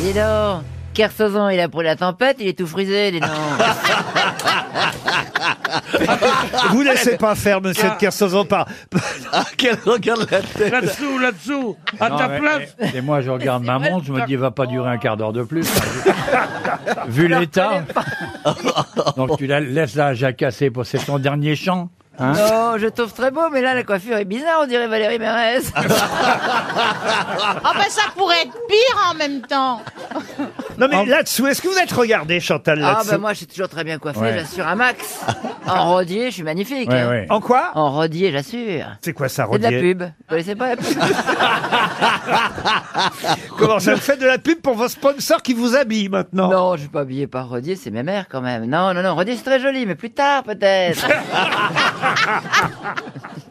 Dis donc, Kersauzon, il a pris la tempête, il est tout frisé, dis donc. Vous laissez pas faire, monsieur de Kersauzon, par... Ah, quel regarde la tête Là-dessous, là-dessous, à Non, ta mais- place. Et, et moi, je regarde ma montre, je me dis, il va pas durer un quart d'heure de plus. Vu l'état. Donc, tu la laisses là, jacasser pour c'est ton dernier chant. hein Non, je trouve très beau, mais là, la coiffure est bizarre, on dirait Valérie Mérès. Ah ben ça pourrait être pire en même temps. Non mais là-dessous, est-ce que vous êtes regardé, Chantal, Ah, là-dessous bah moi, je suis toujours très bien coiffée, Ouais. j'assure à max. En rodier, je suis magnifique. Ouais, hein. ouais. En quoi En rodier, j'assure. C'est quoi ça, C'est de la Rodier pub. Vous connaissez pas la pub Comment ça vous fait de la pub pour vos sponsors qui vous habillent maintenant Non, je suis pas habillée par Rodier, c'est mes mères quand même. Non, non, non, Rodier, c'est très joli, mais plus tard peut-être.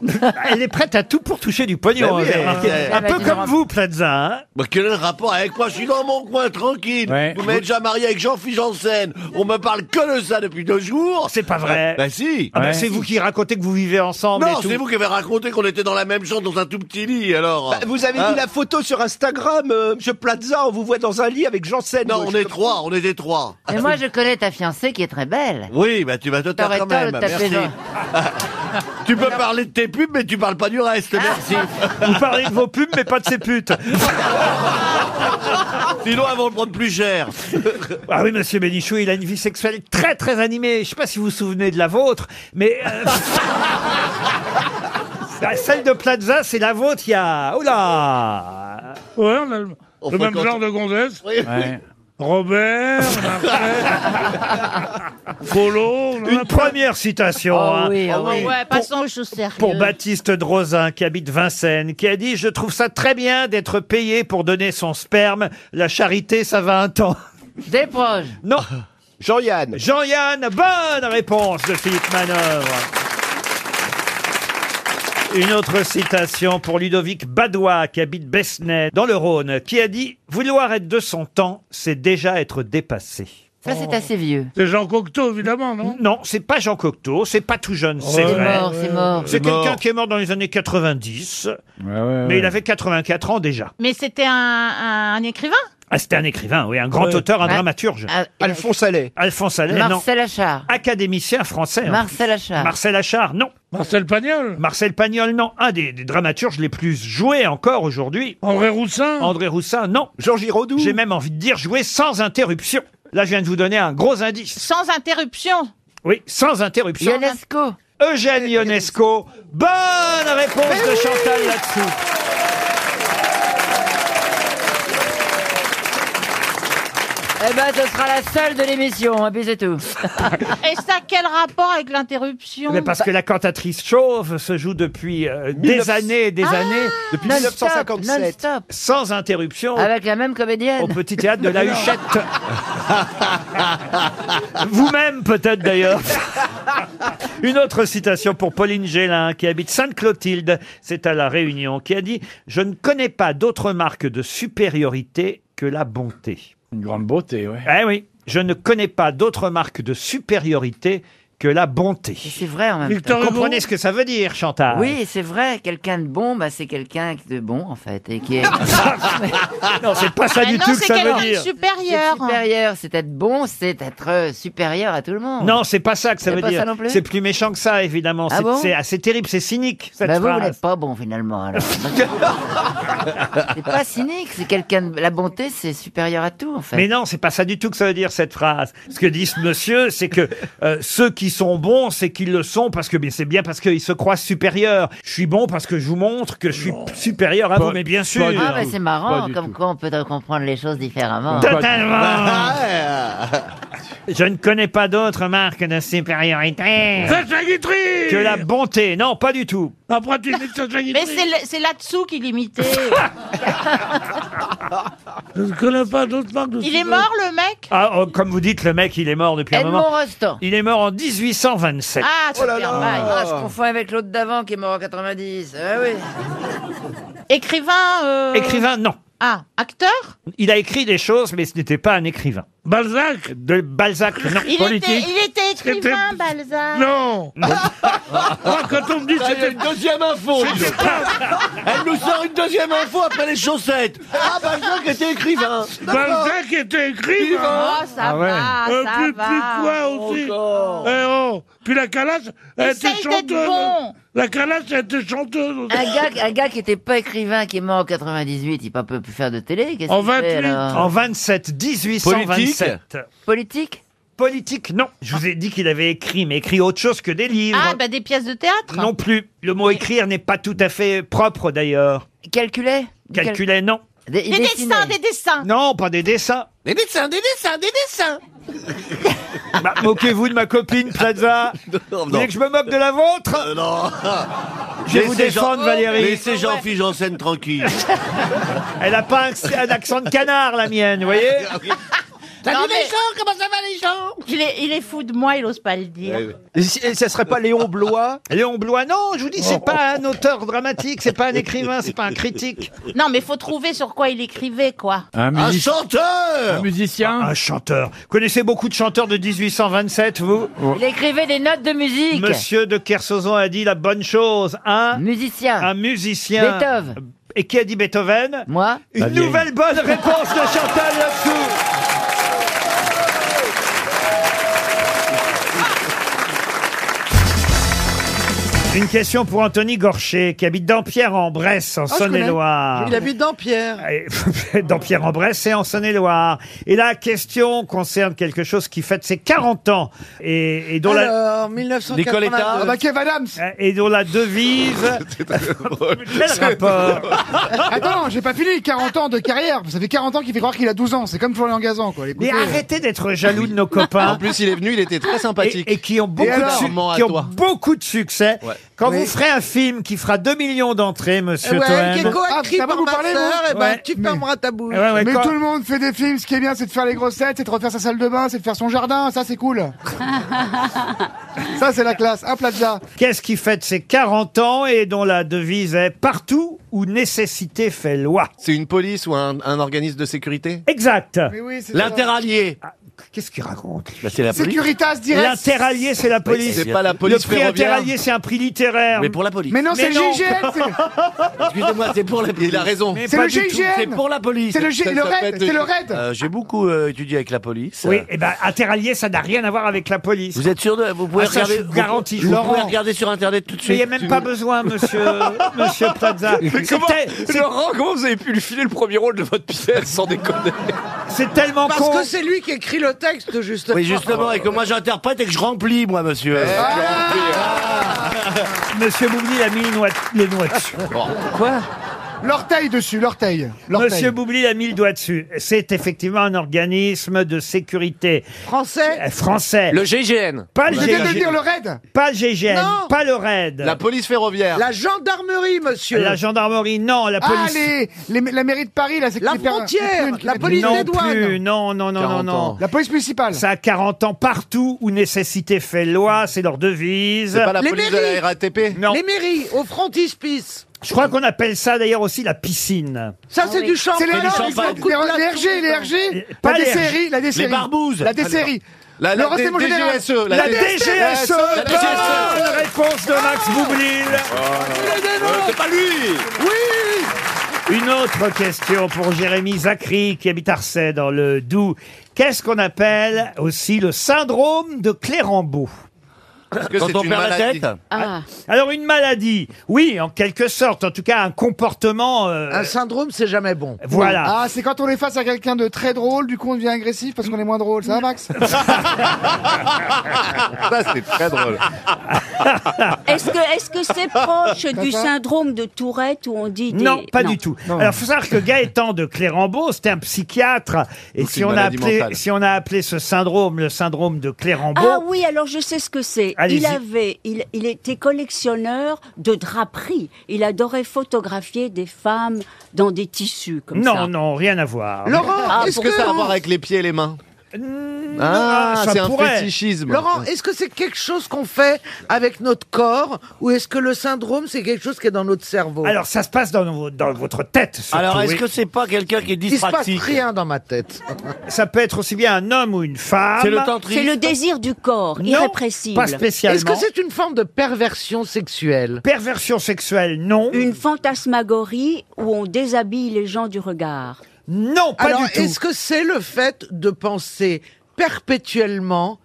Bah, Elle est prête à tout pour toucher du Bah pognon. oui, hein, Véronique. elle- elle- un peu elle- comme vous, Plaza. hein. Bah, Quel est le rapport avec moi Je suis dans mon coin, tranquille. Ouais. Vous m'avez déjà marié avec Jean-Philippe Janssen. On me parle que de ça depuis deux jours. C'est pas vrai. Bah si Ah bah, Ouais. c'est vous qui racontez que vous vivez ensemble Non, et tout. c'est vous qui avez raconté qu'on était dans la même chambre, dans un tout petit lit, alors. Vous avez Hein vu la photo sur Instagram, euh, Monsieur Plaza, on vous voit dans un lit avec Janssen. Non, Moi, on je- est trois, on était trois. Mais moi, je connais ta fiancée qui est très belle. Oui, bah tu vas te taire T'aurais quand tort même. de taper Merci. Tu peux parler de tes pubs, mais tu parles pas du reste. Ah. Merci. Vous parlez de vos pubs, mais pas de ces putes. Sinon, elles vont le prendre plus cher. Ah oui, monsieur Bénichou, il a une vie sexuelle très très animée. Je sais pas si vous vous souvenez de la vôtre, mais... euh, bah, Celle de Plaza, c'est la vôtre, il y a... oh Oula Ouais, on a le, On le même fréquente- genre de gonzesse. Ouais. Robert, on a fait- Colo, on en a Une première citation. hein. oui, ah oui. Ouais, passons aux choses sérieuses. pour Baptiste Drozin, qui habite Vincennes, qui a dit Je trouve ça très bien d'être payé pour donner son sperme. La charité, ça va un temps. Des proches. Non, Jean-Yann. Jean-Yann, bonne réponse de Philippe Manœuvre. Une autre citation pour Ludovic Badois, qui habite Besnay, dans le Rhône, qui a dit Vouloir être de son temps, c'est déjà être dépassé. Ça, c'est assez vieux. C'est Jean Cocteau, évidemment, non Non, c'est pas Jean Cocteau, c'est pas tout jeune, c'est Ouais. C'est vrai. mort, c'est mort. C'est quelqu'un mort. qui est mort dans les années 90, Ouais, ouais, mais ouais. il avait 84 ans déjà. Mais c'était un, un- un écrivain Ah, c'était un écrivain, oui, un grand auteur, un Ouais. dramaturge. Ah, Alphonse Allais. Alphonse Allais, Eh, non. Marcel Achard. Académicien français. hein. Marcel Achard. Marcel Achard, non. Ah. Marcel Pagnol Marcel Pagnol, non. Un des, des dramaturges les plus joués encore aujourd'hui. André Roussin André Roussin, non. Jean Giraudoux. J'ai même envie de dire joué sans interruption. Là, je viens de vous donner un gros indice. Sans interruption. Oui, sans interruption. Ionesco. Eugène Ionesco. Bonne réponse de Chantal là-dessous. Eh ben, ce sera la seule de l'émission, hein, puis c'est tout. Et ça, quel rapport avec l'interruption Mais parce que la cantatrice chauve se joue depuis euh, des années et des années, depuis Ah, Non-stop, 1957. Non-stop. Ah, sans interruption. Avec la même au comédienne. petit théâtre de la Huchette. Vous-même, peut-être d'ailleurs. Une autre citation pour Pauline Gélin, qui habite Sainte-Clotilde, c'est à La Réunion, qui a dit Je ne connais pas d'autre marque de supériorité que la bonté. Une grande beauté, ouais. Eh oui, je ne connais pas d'autre marque de supériorité que la bonté. Et C'est vrai en même temps. Victor Vous Hugo comprenez ce que ça veut dire, Chantal Oui, c'est vrai. Quelqu'un de bon, bah, c'est quelqu'un de bon, en fait. Et qui est Non, c'est pas ça Ah du non, tout que c'est ça quelqu'un veut de dire. supérieur. C'est supérieur. C'est être bon, c'est être euh, supérieur à tout le monde. Non, c'est pas ça que ça C'est veut pas dire. ça non plus C'est plus méchant que ça, évidemment. Ah C'est- bon c'est assez terrible, c'est cynique, cette Bah vous, vous phrase. n'êtes pas bon finalement. alors. c'est pas cynique, c'est quelqu'un. De... La bonté, c'est supérieur à tout en fait. Mais non, c'est pas ça du tout que ça veut dire cette phrase. Ce que dit ce monsieur, c'est que euh, ceux qui sont bons, c'est qu'ils le sont parce que mais c'est bien parce qu'ils se croient supérieurs. Je suis bon parce que je vous montre que je suis supérieur à vous, mais bien sûr. ah mais c'est Pas marrant, du comme tout. quoi on peut comprendre les choses différemment. Totalement. Ah, ouais. Je ne connais pas d'autre marque de Eh. supériorité Sacha Guitry que la bonté. Non, pas du tout. Après, tu dis que Sacha Guitry Mais c'est le- c'est là-dessous qu'il imitait. Je ne connais pas d'autres marques de Il est mort, le mec Ah, oh, comme vous dites, le mec, il est mort depuis un Edmond moment. Rostand. Il est mort en 1827. Ah, super. ouais. Ah, je confonds avec l'autre d'avant qui est mort en 90. Ah oui. Écrivain. euh, Écrivain, non. Ah, acteur Il a écrit des choses, mais ce n'était pas un écrivain. Balzac De Balzac, non. il était, Politique. il était écrivain, C'était- Balzac. Non Moi, quand on me dit que Ça y est, c'était... une deuxième info. dis donc. Elle nous sort une deuxième info après les chaussettes. Ah, bah, Jacques était écrivain. Balzac était écrivain Oh, ça Ah ouais. va, Euh, ça puis, va. puis quoi aussi Eh oh. Puis la Kalash, elle était Essaye d'être chanteuse. bon. La Kalash, elle était chanteuse. aussi. Un gars, un gars qui était pas écrivain, qui est mort en 98, il peut pas plus faire de télé. Qu'est-ce En qu'il fait, 28. alors En 27, 1827. Politique, Politique non. Je vous ai dit qu'il avait écrit, mais écrit autre chose que des livres. Ah, bah des pièces de théâtre Non plus. Le mot écrire n'est pas tout à fait propre d'ailleurs. Calculé Calculer, non. Des Des dessins, des dessins. Non, pas des dessins. Des dessins, des dessins, des dessins. Bah, Moquez-vous de ma copine Plaza. Non, Vous voulez que je me moque de la vôtre Euh, non. Je vais vous Laissez Jean- défendre, Valérie. Laissez Jean-Philippe Janssen tranquille. Elle a pas un, un accent de canard, la mienne, vous voyez Ah, Salut Non, mais- les gens, comment ça va les gens Il est, il est fou de moi, il ose pas le dire. Euh, Et si- et ça serait pas Léon Blois Oh. Léon Blois, non, je vous dis, c'est pas un auteur dramatique, c'est pas un écrivain, c'est pas un critique. Non, mais faut trouver sur quoi il écrivait, quoi. Un, Un music- un chanteur musicien Un chanteur. Connaissez beaucoup de chanteurs de 1827, vous Oh. Il écrivait des notes de musique. Monsieur de Kersauzon a dit la bonne chose. Un, Musicien. un musicien. Beethoven. Et qui a dit Beethoven Moi Une La vieille. nouvelle bonne réponse de Chantal là-dessous. Une question pour Anthony Gorcher, qui habite Dampierre en Bresse, Ah, en Saône-et-Loire. Oh, Il habite dans Pierre. Et- dans Pierre-en-Bresse et en Saône-et-Loire. Et la question concerne quelque chose qui fête ses 40 ans et, et dont la... Alors, 1982. Ah bah Kev Adams. Et dont la devise. Quel rapport Attends, j'ai pas fini. 40 ans de carrière. Ça fait 40 ans qu'il fait croire qu'il a 12 ans. C'est comme Florian Gazan, quoi. Mais Écoutez, euh, arrêtez d'être jaloux de nos copains. plus, il est venu, il était très Et, et qui ont beaucoup, alors, de, suc- Armand, à qui ont toi. beaucoup de succès. Ouais. Quand Oui. vous ferez un film qui fera 2 millions d'entrées, monsieur Toen. Ah, ça va, vous parlez, vous eh ben, Ouais. tu fermeras ta bouche. Eh ouais, ouais, Mais quand- tout le monde fait des films. Ce qui est bien, c'est de faire les grossettes, c'est de refaire sa salle de bain, c'est de faire son jardin. Ça, c'est cool. ça, c'est la classe. Un plaza. Qu'est-ce qui fête ses 40 ans et dont la devise est partout où nécessité fait loi C'est une police ou un, un organisme de sécurité Exact. Ah, Mais oui, c'est L'interallié. Qu'est-ce qu'il raconte Bah, C'est la Securitas direct. L'interallié, c'est la police. C'est pas la Le police prix ferroviaire. interallié, c'est un prix littéraire. Mais pour la police. Mais non, Mais c'est le non. GIGN. c'est- Excusez-moi, c'est pour la police. Il a raison. Mais C'est pas le du tout. GIGN. C'est pour la police. C'est le G- Ça le s'appelle raid. le- C'est le raid. Euh, J'ai beaucoup euh, étudié avec la police. Oui, Euh, et ben interallié, ça n'a rien à voir avec la police. Vous êtes sûr de Vous pouvez Ah, ça, regarder. je vous garantis, vous, vous Laurent. pouvez regarder sur internet tout de Mais il n'y suite. a même pas besoin, monsieur, monsieur Plaza. C'était- c'est- Laurent, comment vous avez pu lui filer le premier rôle de votre pièce sans déconner C'est tellement Parce con. que c'est lui qui écrit le texte, justement. Oui, justement, et que moi j'interprète et que je remplis, moi, monsieur. Ah, Monsieur Boubli a mis une noix- le doigt dessus. Oh. L'orteil dessus, l'orteil. L'orteil. Monsieur Boubli a mis le doigt dessus. C'est effectivement un organisme de sécurité Français. euh, français. Le GIGN, Pas le Je viens de le GIGN, dire, le raid. pas, le GIGN, Non. pas le RAID. la police ferroviaire. La gendarmerie, monsieur. La gendarmerie, non, la Ah, police. les, les- la mairie de Paris, là, c'est La qui fait un- frontière, une- qui la fait- police non des douanes. plus, non, non, non, non, 40 non. ans. La police municipale. Ça a 40 ans partout où nécessité fait loi, c'est leur devise. C'est pas la Les police de mairies. la RATP Non, Les mairies, au frontispice. je crois qu'on appelle ça d'ailleurs aussi la piscine. Ça, c'est du champ. C'est les, les, les, champagne. les RG, les RG, Pas la les RG. DCRI, la DCRI. Les barbouzes. La DCRI. La, Le renseignement D- général. DGSE, E, La, D- E. DGSE, E. La DGSE. E. bonne réponse de Max Ah Ah, Boublil. Euh, C'est pas lui Une autre question pour Jérémy Zachry qui habite Arcet dans le Doubs. Qu'est-ce qu'on appelle aussi le syndrome de Clérambault Parce que Quand c'est on une perd la maladie. tête, Ah. Alors une maladie, oui, en quelque sorte, en tout cas un comportement. euh, Un syndrome, c'est jamais bon. voilà. Ah, c'est quand on est face à quelqu'un de très drôle, du coup on devient agressif parce qu'on est moins drôle. Ça va, Max Ça, c'est très drôle. Est-ce que est-ce que c'est proche du Papa syndrome de Tourette où on dit des- Non, pas du tout. Non. Alors, faut savoir que Gaëtan de Clérambault, c'était un psychiatre. Et Donc, c'est si une on, a maladie appelé, mentale. si on a appelé ce syndrome le syndrome de Clérambault, Ah oui, alors je sais ce que c'est. Allez-y. Il avait, il, il était collectionneur de draperies. Il adorait photographier des femmes dans des tissus comme non, ça. non, rien à voir. Laurent, Ah, est-ce Est-ce que que ça a à voir avec les pieds et les mains Ah, ça c'est un pourrait. fétichisme. Laurent, est-ce que c'est quelque chose qu'on fait avec notre corps ou est-ce que le syndrome, c'est quelque chose qui est dans notre cerveau Alors, ça se passe dans, vos- dans votre tête. surtout, Alors, est-ce oui. que c'est pas quelqu'un qui est Il se passe dyspraxique rien dans ma tête. Ça peut être aussi bien un homme ou une femme. C'est le désir du corps, Ah, Non, irrépressible. pas spécialement. Est-ce que c'est une forme de perversion sexuelle Perversion sexuelle, non. Une fantasmagorie où on déshabille les gens du regard. Non, pas Alors, du tout. est-ce que c'est le fait de penser perpétuellement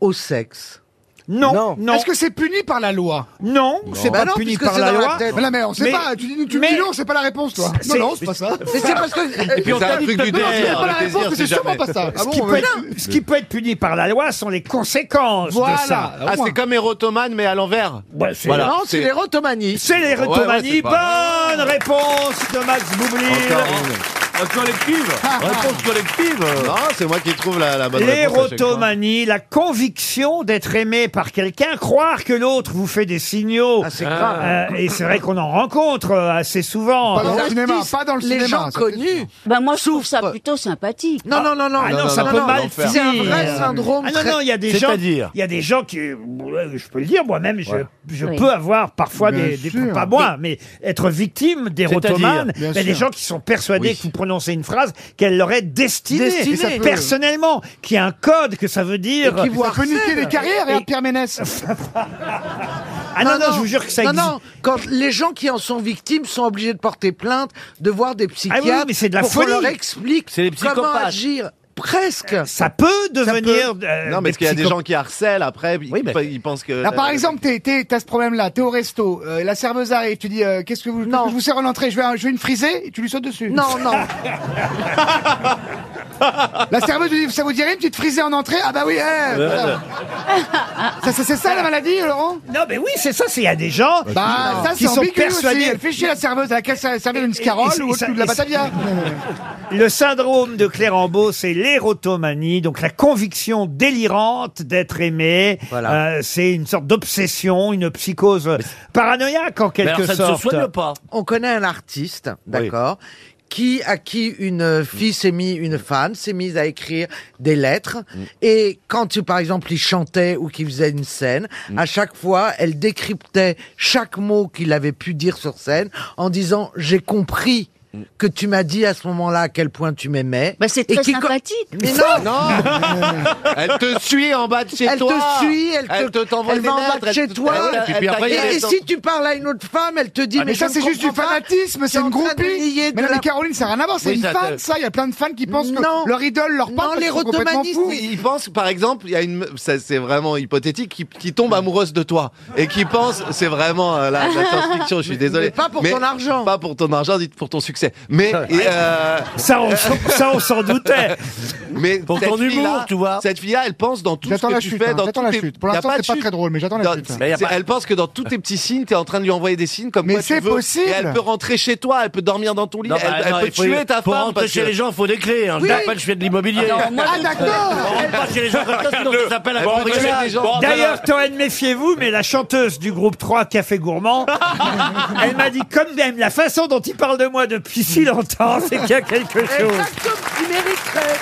au sexe non, non, Bah Est-ce que c'est puni par la loi Non, c'est pas puni par la loi. Mais non, mais on sait pas, tu dis- tu me dis non, c'est pas la réponse, toi. Non, non, c'est pas ça. Mais c'est parce que- Et puis on t'a dit que Non, c'est désir, pas la le réponse, désir, mais hein, c'est Ah c'est sûrement jamais. pas ça. Ah Ce qui peut être- ce qui peut être puni par la loi sont les conséquences de ça. Ah, c'est comme érotomane, mais à l'envers. Ouais, c'est- Non, c'est l'érotomanie. C'est l'érotomanie. Bonne réponse de Max Boublil. Collective Réponse collective Non, c'est moi qui trouve la, la bonne réponse. à chaque fois. L'érotomanie, la conviction d'être aimé par quelqu'un, croire que l'autre vous fait des signaux. Ah, grave. Euh, et c'est vrai qu'on en rencontre euh, assez souvent. Pas dans le Hein. cinéma, pas dans le Les cinéma, gens ça, connus Ben moi, je trouve ça plutôt sympathique. Non, non, non, non. Ah non, ça peut mal finir. C'est un vrai syndrome. Ah non, non, il y a des gens, il y a des gens qui, ouais, je peux le dire moi-même, je, Ouais. je Oui. peux avoir parfois Bien des, des- sûr. pas moi, mais être victime d'érotomanes, C'est-à-dire il y a des Bien sûr. gens qui sont persuadés que vous prononcez une phrase qu'elle leur est destinée, Destinée. Et ça peut- personnellement, qui a un code que ça veut dire. Et qui vous peut niquer les carrières, regarde Pierre Ménès. Ah non, non, je vous jure que ça non, existe. Non, quand les gens qui en sont victimes sont obligés de porter plainte, de voir des psychiatres Ah oui, mais c'est de la pour folie. qu'on leur explique C'est les comment psychopathes. agir. Presque. Ça peut devenir. euh, non, mais parce qu'il y a des psycho- gens qui harcèlent après, ils, ils pensent que. Bah, Là, par exemple, t'es- t'es- t'as ce problème-là, t'es au resto, euh, la serveuse arrive, tu dis euh, qu'est-ce que vous, qu'est-ce que je vous sers en entrée, je vais, un- je vais une frisée, et tu lui sautes dessus. Non, non. la serveuse lui dit ça vous dirait une petite frisée en entrée Ah bah oui. eh, voilà. ça, ça- c'est ça la maladie, Laurent Non, mais oui, c'est ça, c'est il y a des gens Bah, qui, ça, c'est sont ambigu persuadés. aussi. Elle fait chier la serveuse à laquelle ça servait une scarole et- ou et ça- autre, ou de la et ça- batavia. Le syndrome de Clérambault, c'est l'érotomanie, donc la conviction délirante d'être aimé. Euh, c'est une sorte d'obsession, une psychose paranoïaque en quelque sorte. On connaît un artiste, d'accord Qui, à qui une fille s'est mise, une femme s'est mise à écrire des lettres. Mm. Et quand, par exemple, il chantait ou qu'il faisait une scène, Mm. à chaque fois, elle décryptait chaque mot qu'il avait pu dire sur scène en disant J'ai compris Mm. que tu m'as dit à ce moment-là à quel point tu m'aimais. Bah, c'est Et très qui co- sympathique. Mais non, Elle te suit en bas de chez elle toi te suit, elle te, Elle te t'envoie elle des va en lettres, bas de chez elle te- toi. Ah ouais, et puis- puis après, et, elle et t'en- si tu parles à une autre femme, elle te dit. Ah, mais, ça, je c'est ne juste du comprends pas, fanatisme, tu es c'est une en train de groupie. nier de Mais non, la- mais Caroline, ça n'a rien à voir, c'est Oui, une ça, ça- fan, ça. Il y a plein de fans qui pensent Non. que leur idole leur Non, parle les parce qu'ils sont complètement rotomanistes, fous. Ils pensent, par exemple, il y a une, ça, c'est vraiment hypothétique, qui, qui tombe amoureuse de toi et qui pense, c'est vraiment euh, la, la science-fiction. Je suis désolé. mais pas pour ton argent. Pas pour ton argent, dites pour ton succès. Mais et, euh, Ça, on, s'en- ça, on s'en doutait. mais pour ton humour, tu vois. Cette fille-là, elle pense dans tout ce J'attends que la tu chute, fais, hein, dans j'attends tous la tes- chute. Pour y a l'instant, pas de c'est pas chute. très drôle, mais j'attends Dans- la chute. hein. c'est- Elle pense que dans tous tes petits signes, t'es en train de lui envoyer des signes comme Mais quoi tu c'est veux. possible. Et elle peut rentrer chez toi, elle peut dormir dans ton lit, Non, elle, bah, elle non, peut il faut- tuer ta pour femme. rentrer parce chez que- les gens, il faut des clés. Hein. Oui. Je t'appelle, je fais de l'immobilier. Ah On d'accord rentre pas chez les gens comme ça, sinon ça s'appelle la Bon, cambriolade. déjà, les gens- Bon, D'ailleurs, Toen, méfiez-vous, mais la chanteuse du groupe 3 Café Gourmand, elle m'a dit comme même la façon dont il parle de moi depuis si longtemps, Oh, c'est qu'il y a quelque chose. Exactement, tu mériterais.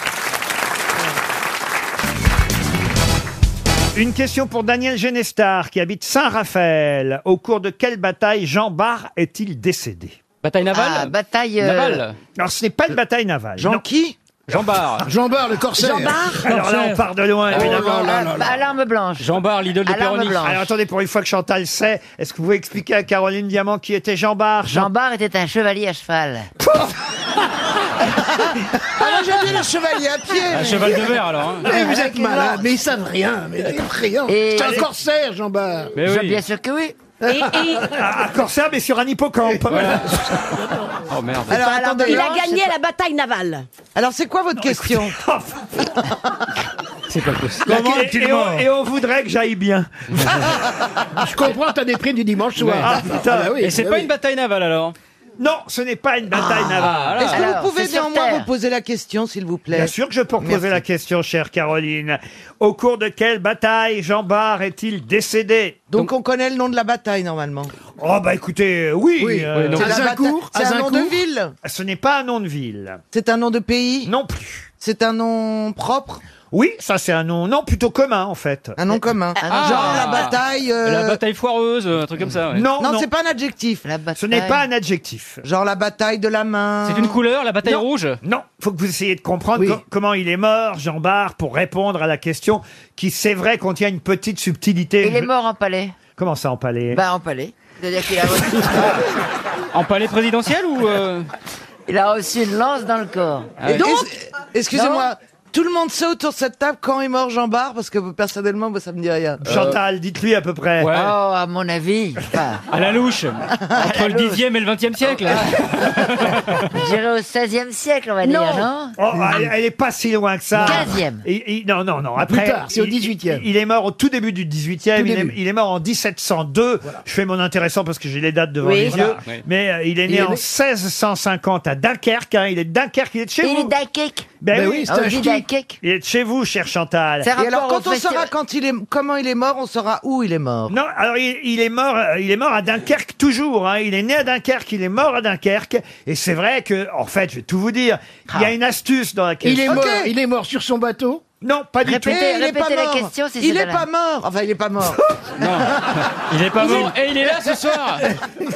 Une question pour Daniel Genestar, qui habite Saint-Raphaël. Au cours de quelle bataille Jean Barre est-il décédé Bataille navale Ah, bataille. euh, Navale Alors, ce n'est pas une bataille navale. Jean non. qui Jean Barre. Jean Barre, le corsaire. Jean Barre Alors là, on part de loin, évidemment. Ah, bah, Alarme blanche. Jean Barre, l'idole de Alarme Péroni. blanche. Alors attendez, pour une fois que Chantal sait, est-ce que vous pouvez expliquer à Caroline Diamant qui était Jean Barre Jean Barre était un chevalier à cheval. Ah, moi, j'aime bien les chevaliers à pied. Un cheval de verre, alors. hein. Mais vous êtes malade, mais ils savent rien, mais ils rien. corsaire, Jean Barre. Mais Et... oui. Bien sûr que oui. Et, et- Ah, à Corsair, mais sur un hippocampe. Oh merde. Alors, Pas attendez. l'arme blanche, c'est la bataille navale. Alors, c'est quoi votre question C'est pas possible. Comment et, et on, et on voudrait que j'aille bien. Je comprends ta déprime du dimanche soir. bah Ah, putain. Et c'est pas une bataille navale, alors Ah, Non, ce n'est pas une bataille navale. Est-ce que Alors, vous pouvez c'est sur néanmoins Terre. vous poser la question, s'il vous plaît Bien sûr que je peux poser Merci. la question, chère Caroline. Au cours de quelle bataille Jean Barre est-il décédé Donc, on connaît le nom de la bataille, normalement. Oh bah écoutez, euh, oui. euh, C'est la Azincourt, bataille- C'est un nom de Azincourt. ville Ce n'est pas un nom de ville. C'est un nom de pays Non plus. C'est un nom propre Oui, ça c'est un nom, non plutôt commun en fait. Un nom commun. Genre la bataille. euh, Ah, La bataille foireuse, un truc comme ça. ouais. Non, non, non. c'est pas un adjectif. Ce n'est pas un adjectif. Genre la bataille de la main. C'est une couleur, la bataille Non. rouge Non, faut que vous essayiez de comprendre co- comment il est mort, Jean Barre, pour répondre à la question qui, c'est vrai, contient une petite subtilité. Il est mort en palais. Comment ça, en palais Bah, en palais. C'est-à-dire qu'il a, En palais présidentiel ou euh, il a reçu une lance dans le corps. Ah ouais. Et es- Excusez-moi. Tout le monde sait autour de cette table quand est mort Jean Barre parce que personnellement moi, ça me dit rien. Euh, Chantal, dites-lui à peu près. Oh, à mon avis, enfin, à la louche Ah, Entre le 10e et le 20e siècle je dirais au 16e siècle, on va dire, non Oh, elle, elle est pas si loin que ça. 15e. Et- et- non, non, non. Après, Plus tard, c'est au 18e. Il, il est mort au tout début du 18e. Tout il, est, début. il est mort en 1702. Je fais mon intéressant parce que j'ai les dates devant Oui. les yeux. Voilà, oui. Mais euh, il est Il né est en né- 1650 à Dunkerque. hein. Il est de Dunkerque. Il est de chez Il est vous. d'Akek. Ben oui, c'est on un dit ch'ti. d'Akek. Il est de chez vous, cher Chantal. Et alors quand on saura quand il est, comment il est mort, on saura où il est mort. Non, alors il, il est mort, euh, il est mort à Dunkerque toujours. hein. Il est né à Dunkerque, il est mort à Dunkerque. Et c'est vrai que, en fait, je vais tout vous dire. Il y a une astuce dans laquelle Il est mort. Il est mort sur son bateau. Non, pas du tout. Répétez, Eh, il est répétez pas la mort. question si c'est Il de est la- pas mort. Enfin, il est pas mort. Il est pas mort Et il est là ce soir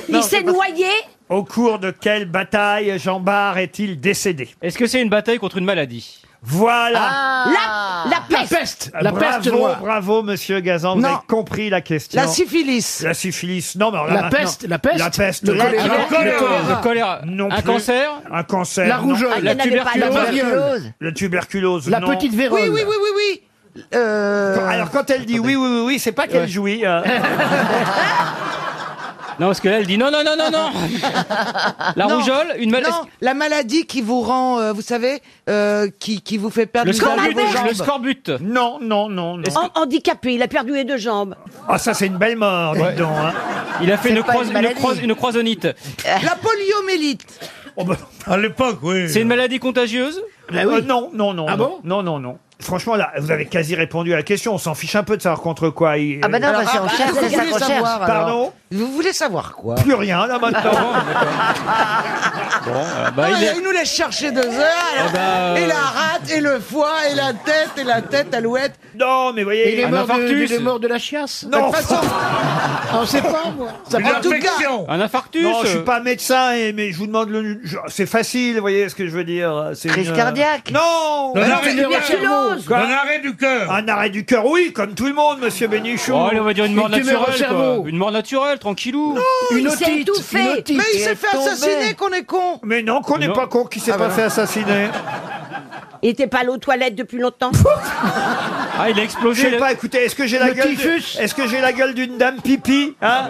Il s'est noyé Au cours de quelle bataille Jean Bart est-il décédé Est-ce que c'est une bataille contre une maladie Voilà. Ah. La peste. La peste. La bravo, peste noire. bravo, monsieur Gazan, vous Non. avez compris la question. La syphilis. La syphilis, non, mais alors là, La maintenant- peste, la peste. La peste, Le non. choléra. Le Le choléra. choléra. Le choléra Non Un plus. cancer Un cancer. La non. rougeole. La Ah, Il n'avait pas la tuberculose. tuberculose. Le tuberculose, La non. petite Oui, vérole. oui, oui, oui, oui. Euh, Quand- Alors quand elle dit oui, oui, oui, oui, c'est pas qu'elle Ouais. jouit. hein. Non, parce que là, elle dit non, non, non, non, non La Non. rougeole, une maladie... Non, la maladie qui vous rend, euh, vous savez, euh, qui, qui vous fait perdre Le l'usage de scorbut vos jambes. Le scorbut Non, non, non, non. Han- handicapé, il a perdu les deux jambes. Ah ça c'est une belle mort, dis donc. hein. Il a fait C'est une, pas croise, une une, maladie. croise, une croisonite. La poliomyélite. Oh, bah, À l'époque, oui. C'est une maladie contagieuse Bah euh, non, non, non. Ah non. bon Non, non, non. Franchement, là, vous avez quasi répondu à la question. On s'en fiche un peu de savoir contre quoi. il- Ah bah non, Alors, parce qu'on ah, cherche, vous c'est ça voulez qu'on cherche. savoir, alors. Pardon Vous voulez savoir quoi Plus rien, là, maintenant. Bon, euh, Ah, bah, il il, est- nous laisse chercher deux heures, alors, Eh ben, euh, et la rate, et le foie, et la tête, et la tête alouette. non, mais voyez... Il est Un mort de, infarctus. il est mort de la chiasse. De Non, toute façon, On sait pas, moi. Ça Une en tout cas- infection. Un infarctus euh. Non, je suis pas médecin, et- mais je vous demande le. nu- je- C'est facile, vous voyez ce que je veux dire. c'est Crise une- euh, cardiaque. Non Un arrêt du tuberculose. cœur. Un arrêt du cœur. Un arrêt du cœur, oui, comme tout le monde, monsieur Bénichou. Oh, allez, on va dire une mort Une tumeur au naturelle, cerveau. quoi. Une mort naturelle, tranquillou. Une il s'est otite. étouffé. Une otite. mais il est s'est fait tombé. assassiner, qu'on est con. Mais non, qu'on n'est Non. pas con, qui s'est pas fait assassiner. Il était pas allé aux toilettes depuis longtemps. Ah, il a Je explosé. sais là. pas, écoutez, est-ce que j'ai la Le gueule. typhus. de- Est-ce que j'ai la gueule d'une dame pipi hein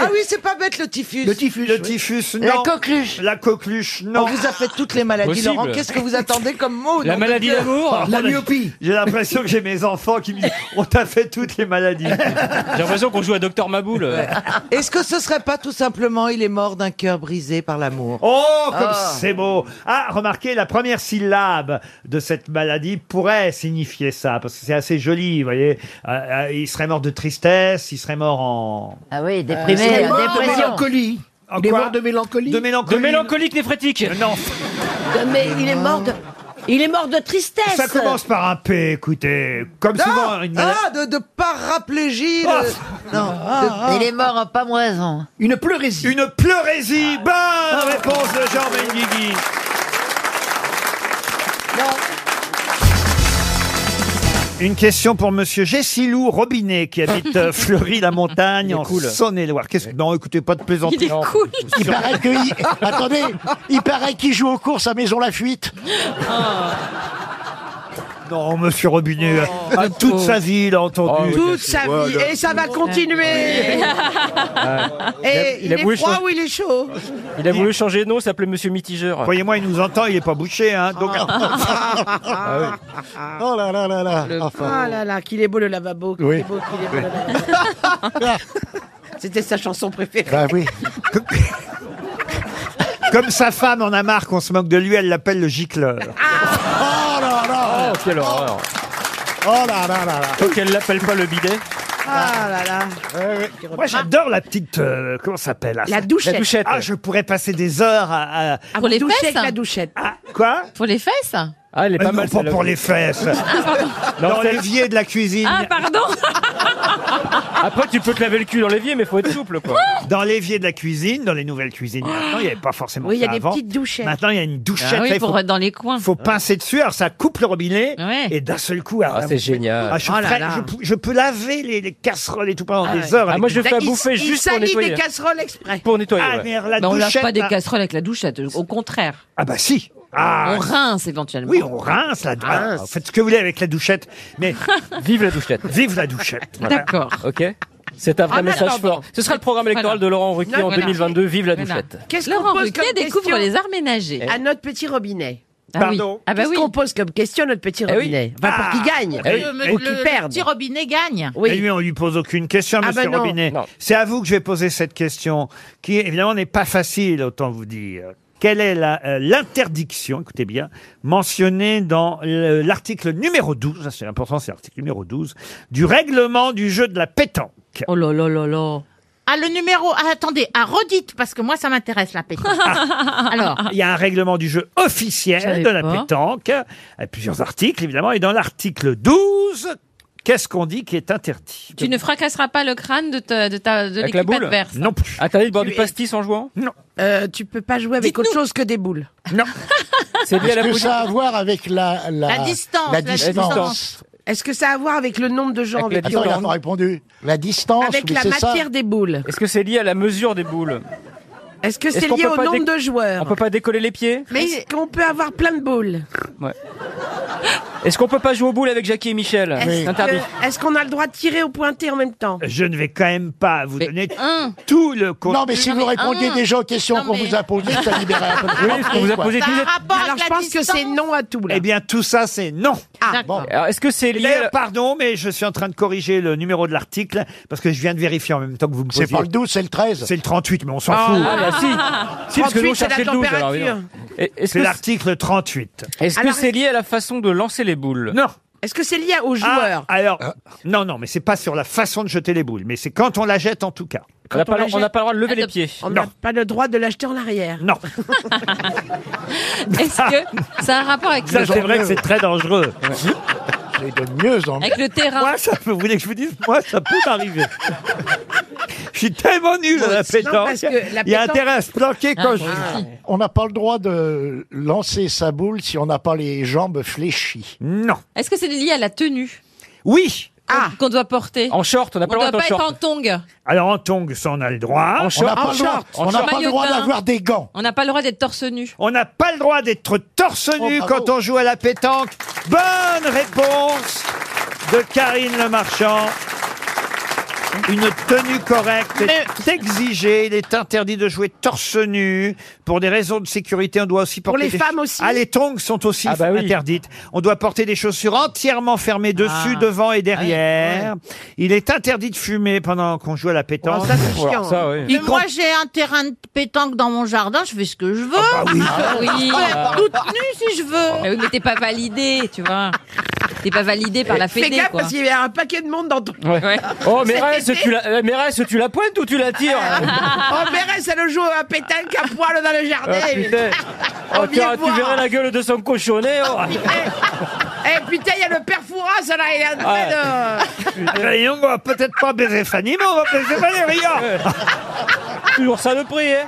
Ah oui, c'est pas bête le typhus. Le typhus. Le oui. typhus, non. La coqueluche. La coqueluche, On non. vous a fait toutes les maladies, Possible. Laurent. Qu'est-ce que vous attendez comme mot La nom de maladie Dieu d'amour. La myopie. J'ai l'impression que j'ai mes enfants qui me disent On t'a fait toutes les maladies. J'ai l'impression qu'on joue à Docteur Maboul. Ah, Est-ce que ce serait pas tout simplement il est mort d'un cœur brisé par l'amour Oh, comme c'est beau Ah, remarquez, la première syllabe de cette maladie pourrait signifier ça, parce que c'est assez joli, vous voyez. Euh, euh, il serait mort de tristesse, il serait mort en... Ah oui, Il est déprimé, mort de dépression. mélancolie. En Il est quoi mort de mélancolie. De De mélancolie. mélancolique néphrétique. Euh, Non, Euh, Mais il est mort de... Il est mort de tristesse. ça commence par un P, écoutez. Comme souvent, Oh. Non une maladie... Ah, de, de paraplégie. de- Non. Ah, de- Il est mort en pamoison. Une pleurésie. Une pleurésie Bonne réponse de Jean Benguigui Une question pour Monsieur Gessilou Robinet qui habite euh, Fleury-la-Montagne en Saône-et-Loire. Qu'est-ce que non écoutez pas de plaisanterie. Il paraît que il- attendez, il paraît qu'il joue aux courses à Maison la Fuite. Non Monsieur Robinet euh, a toute sa vie il a Oh, entendu. Toute sa vie. Et ça va continuer. Et il, il a est voulu froid changer- ou il est chaud Il a voulu changer de nom, il s'appelait Monsieur Mitigeur. Croyez-moi il nous entend il est pas bouché hein. Donc Ah Ah. Oh là là là là. Ah là là, qu'il est beau le lavabo. qu'il Oui. est beau, qu'il est beau le lavabo. C'était sa chanson préférée. Bah oui. Ben comme sa femme en a marre qu'on se moque de lui elle l'appelle le gicleur. Oh là là. Oh, quelle horreur. Oh Ah, là là là là. Faut qu'elle l'appelle pas le bidet. Ah là là. Moi j'adore la petite euh, comment ça s'appelle là, La ça douchette. Touchette. Ah je pourrais passer des heures à, à- Pour les fesses douchette. à- quoi Pour les fesses Ah, elle est pas mal, Pas celle-là. pour les fesses. Dans l'évier de la cuisine. Ah, pardon Après, tu peux te laver le cul dans l'évier, mais faut être souple, quoi. Dans l'évier de la cuisine, dans les nouvelles cuisines, maintenant, il n'y avait pas forcément Oh. Oui, il y a ça des avant. petites douchettes. Maintenant, il y a une douchette. Ah oui, là, il pour être dans les coins. Faut pincer dessus, alors ça coupe le robinet, Ouais. et d'un seul coup... Ah, c'est génial. Ah, je, suis Oh là prêt, là. je pou- je peux laver les, les casseroles et tout pendant Ah des ouais. heures. Ah, avec moi, je une- fais à bouffer juste pour nettoyer. hein. casseroles exprès. Pour nettoyer. Ah, ouais. mais alors, la Mais on lave douchette, pas des là- casseroles avec la douchette, au contraire. Ah bah si Ah, on rince éventuellement. Oui, on rince la douchette. Faites ce que vous voulez avec la douchette, mais Ah. Vive la douchette. vive la douchette. Voilà. D'accord. Ok. C'est un vrai Ah, mais message attends, fort. bon. Ce sera le programme électoral Voilà. de Laurent Ruquier en Voilà. 2022. Vive la Voilà. douchette. Qu'est-ce qu'on Laurent pose Ruquier comme découvre question les arts ménagers. À notre petit robinet. Ah oui. Pardon Ah bah Qu'est-ce oui. qu'on pose comme question à notre petit Eh oui. robinet Enfin, Ah. pour qu'il gagne Eh oui. ou Le- qu'il le perde. petit robinet gagne. Et Eh, lui, Eh on lui pose aucune question, Ah monsieur bah non. Robinet. Non. C'est à vous que je vais poser cette question, qui évidemment n'est pas facile, autant vous dire. Quelle est la, euh, l'interdiction, écoutez bien, mentionnée dans le- l'article numéro 12, ça, c'est important, c'est l'article numéro 12, du règlement du jeu de la pétanque Oh là là là là Ah, le numéro. ah, attendez, ah, redites, parce que moi, ça m'intéresse, la pétanque. Alors, Ah. Il y a un règlement du jeu officiel J'avais de la pas. pétanque, à plusieurs articles évidemment, et dans l'article 12, qu'est-ce qu'on dit qui est interdit Tu ne fracasseras pas le crâne de, ta, de, ta, de Avec la l'équipe boule adverse. Non plus. Interdit de Ah, boire du Tu es- pastis en jouant Non. Euh, tu peux pas jouer avec autre chose que des boules. Non. C'est lié à la Est-ce que politique. ça a à voir avec la, la, La distance, La la distance. distance. Est-ce que ça a à voir avec le nombre de gens avec, Attends, il a pas répondu. La distance, Avec oui, la c'est ça. matière des boules. Est-ce que c'est lié à la mesure des boules Est-ce que Est-ce c'est qu'on lié peut au pas nombre dé- de joueurs On peut pas décoller les pieds Mais est-ce qu'on peut avoir plein de boules Ouais. Est-ce qu'on peut pas jouer aux boules avec Jackie et Michel Est-ce Bah, C'est Interdit. que- est-ce qu'on a le droit de tirer au pointé en même temps Je ne vais quand même pas vous donner tout le contenu. Non, mais si vous répondiez un. déjà aux questions Non, qu'on mais- vous a posées, ça libérait un peu de temps. Ça a un rapport avec Alors je la pense que distance c'est non à tout là. Eh bien, tout ça, c'est non. Ah, Alors, est-ce que c'est lié D'ailleurs, à la- Eh ben, pardon, mais je suis en train de corriger le numéro de l'article parce que je viens de vérifier en même temps que vous me posiez. C'est pas le 12, c'est le 13. C'est le 38, mais on s'en Ah, fout. ah, bah, si. Si, parce que nous, on 38, c'est la cherchait le 12, alors, température. évidemment. Et- Est-ce C'est que l'article 38. Est-ce que Alors- c'est lié à la façon de lancer les boules Non. Est-ce que c'est lié aux Ah, joueurs alors, non, non, mais c'est pas sur la façon de jeter les boules, mais c'est quand on la jette en tout cas. On n'a Quand on pas, le- la on n'a jette- pas le droit de lever les pieds. On n'a pas le droit de l'acheter en arrière. Non, Est-ce que ça a un rapport avec, ça c'est vrai que c'est très dangereux. C'est de mieux en mieux. avec le terrain Moi, ça peut, vous voulez que je vous dise, moi, ça peut m'arriver. Je suis tellement nul à la Non, pétanque. parce que la Il y pétanque- a Ah, intérêt à se planquer Ah, quand je. On n'a pas le droit de lancer sa boule si on n'a pas les jambes fléchies. Non. Est-ce que c'est lié à la tenue Oui. Ah. qu'on doit porter En short, on n'a On pas le doit droit pas d'être en être short. en tongs. Alors en tongs, ça on a le droit. En On short. n'a pas, le droit- short, on n'a short. pas le Maillot droit de bain. d'avoir des gants. On n'a pas le droit d'être torse nu. On n'a pas le droit d'être torse nu Oh, bravo. quand on joue à la pétanque. Bonne réponse de Karine Le Marchand. Une tenue correcte est exigée. Il est interdit de jouer torse nu. Pour des raisons de sécurité, on doit aussi porter. les des- femmes aussi Ah, les tongs sont aussi Ah bah oui. interdites. On doit porter des chaussures entièrement fermées dessus, Ah. devant et derrière. Il est interdit de fumer pendant qu'on joue à la pétanque. Oh, ça c'est Voilà, chiant. ça, oui. mais com- moi, j'ai un terrain de pétanque dans mon jardin, je fais ce que je veux. Ah, bah Ah, Oui. Ah, Je peux être toute nue si je veux. Mais oui, mais t'es pas validé, tu vois. T'es pas validé par la Fais fédé, gaffe quoi. parce qu'il y a un paquet de monde dans ton. Ouais. Oh, Mérès, tu la, euh, Mérès, tu la pointes ou tu la tires Oh, Mérès, elle joue à pétanque à poil dans le Ah, jardin. putain. On Oh, tu, vient tu voir. verrais la gueule de son cochonnet. oh. Eh putain, il y a le père Fouras là, il est en train de. Ah bah, dis donc, on va peut-être pas baiser Fanny, mais on va baiser Valérie. hein. Toujours ça le prix, hein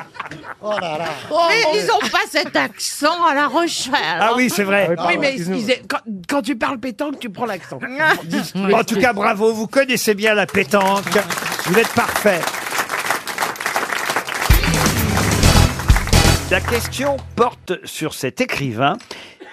Oh là là. Mais ils ont pas cet accent à la Rochelle. Ah oui, c'est vrai. oui, mais excusez, quand, quand tu parles pétanque, tu prends l'accent. En tout cas, bravo, vous connaissez bien la pétanque. Vous êtes parfait. La question porte sur cet écrivain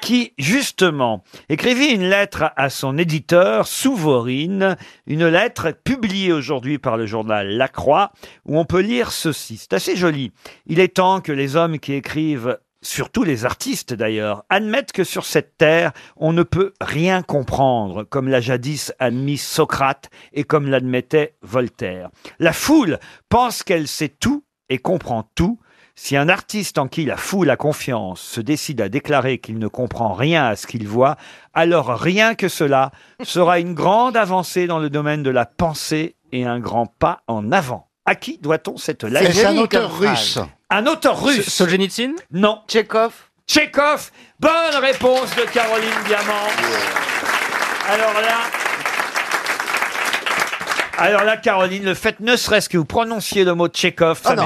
qui, justement, écrivit une lettre à son éditeur, Souvorine, une lettre publiée aujourd'hui par le journal La Croix, où on peut lire ceci. C'est assez joli. Il est temps que les hommes qui écrivent Surtout les artistes d'ailleurs admettent que sur cette terre, on ne peut rien comprendre, comme l'a jadis admis Socrate et comme l'admettait Voltaire. La foule pense qu'elle sait tout et comprend tout, si un artiste en qui la foule a confiance se décide à déclarer qu'il ne comprend rien à ce qu'il voit, alors rien que cela sera une grande avancée dans le domaine de la pensée et un grand pas en avant. À qui doit-on cette Et lettre C'est un auteur russe. Un auteur russe Solzhenitsyn Non. Tchekhov Tchekhov. Bonne réponse de Caroline Diamant. Alors là. Alors là, Caroline, le fait ne serait-ce que vous prononciez le mot Tchekhov, Ah ça Oh,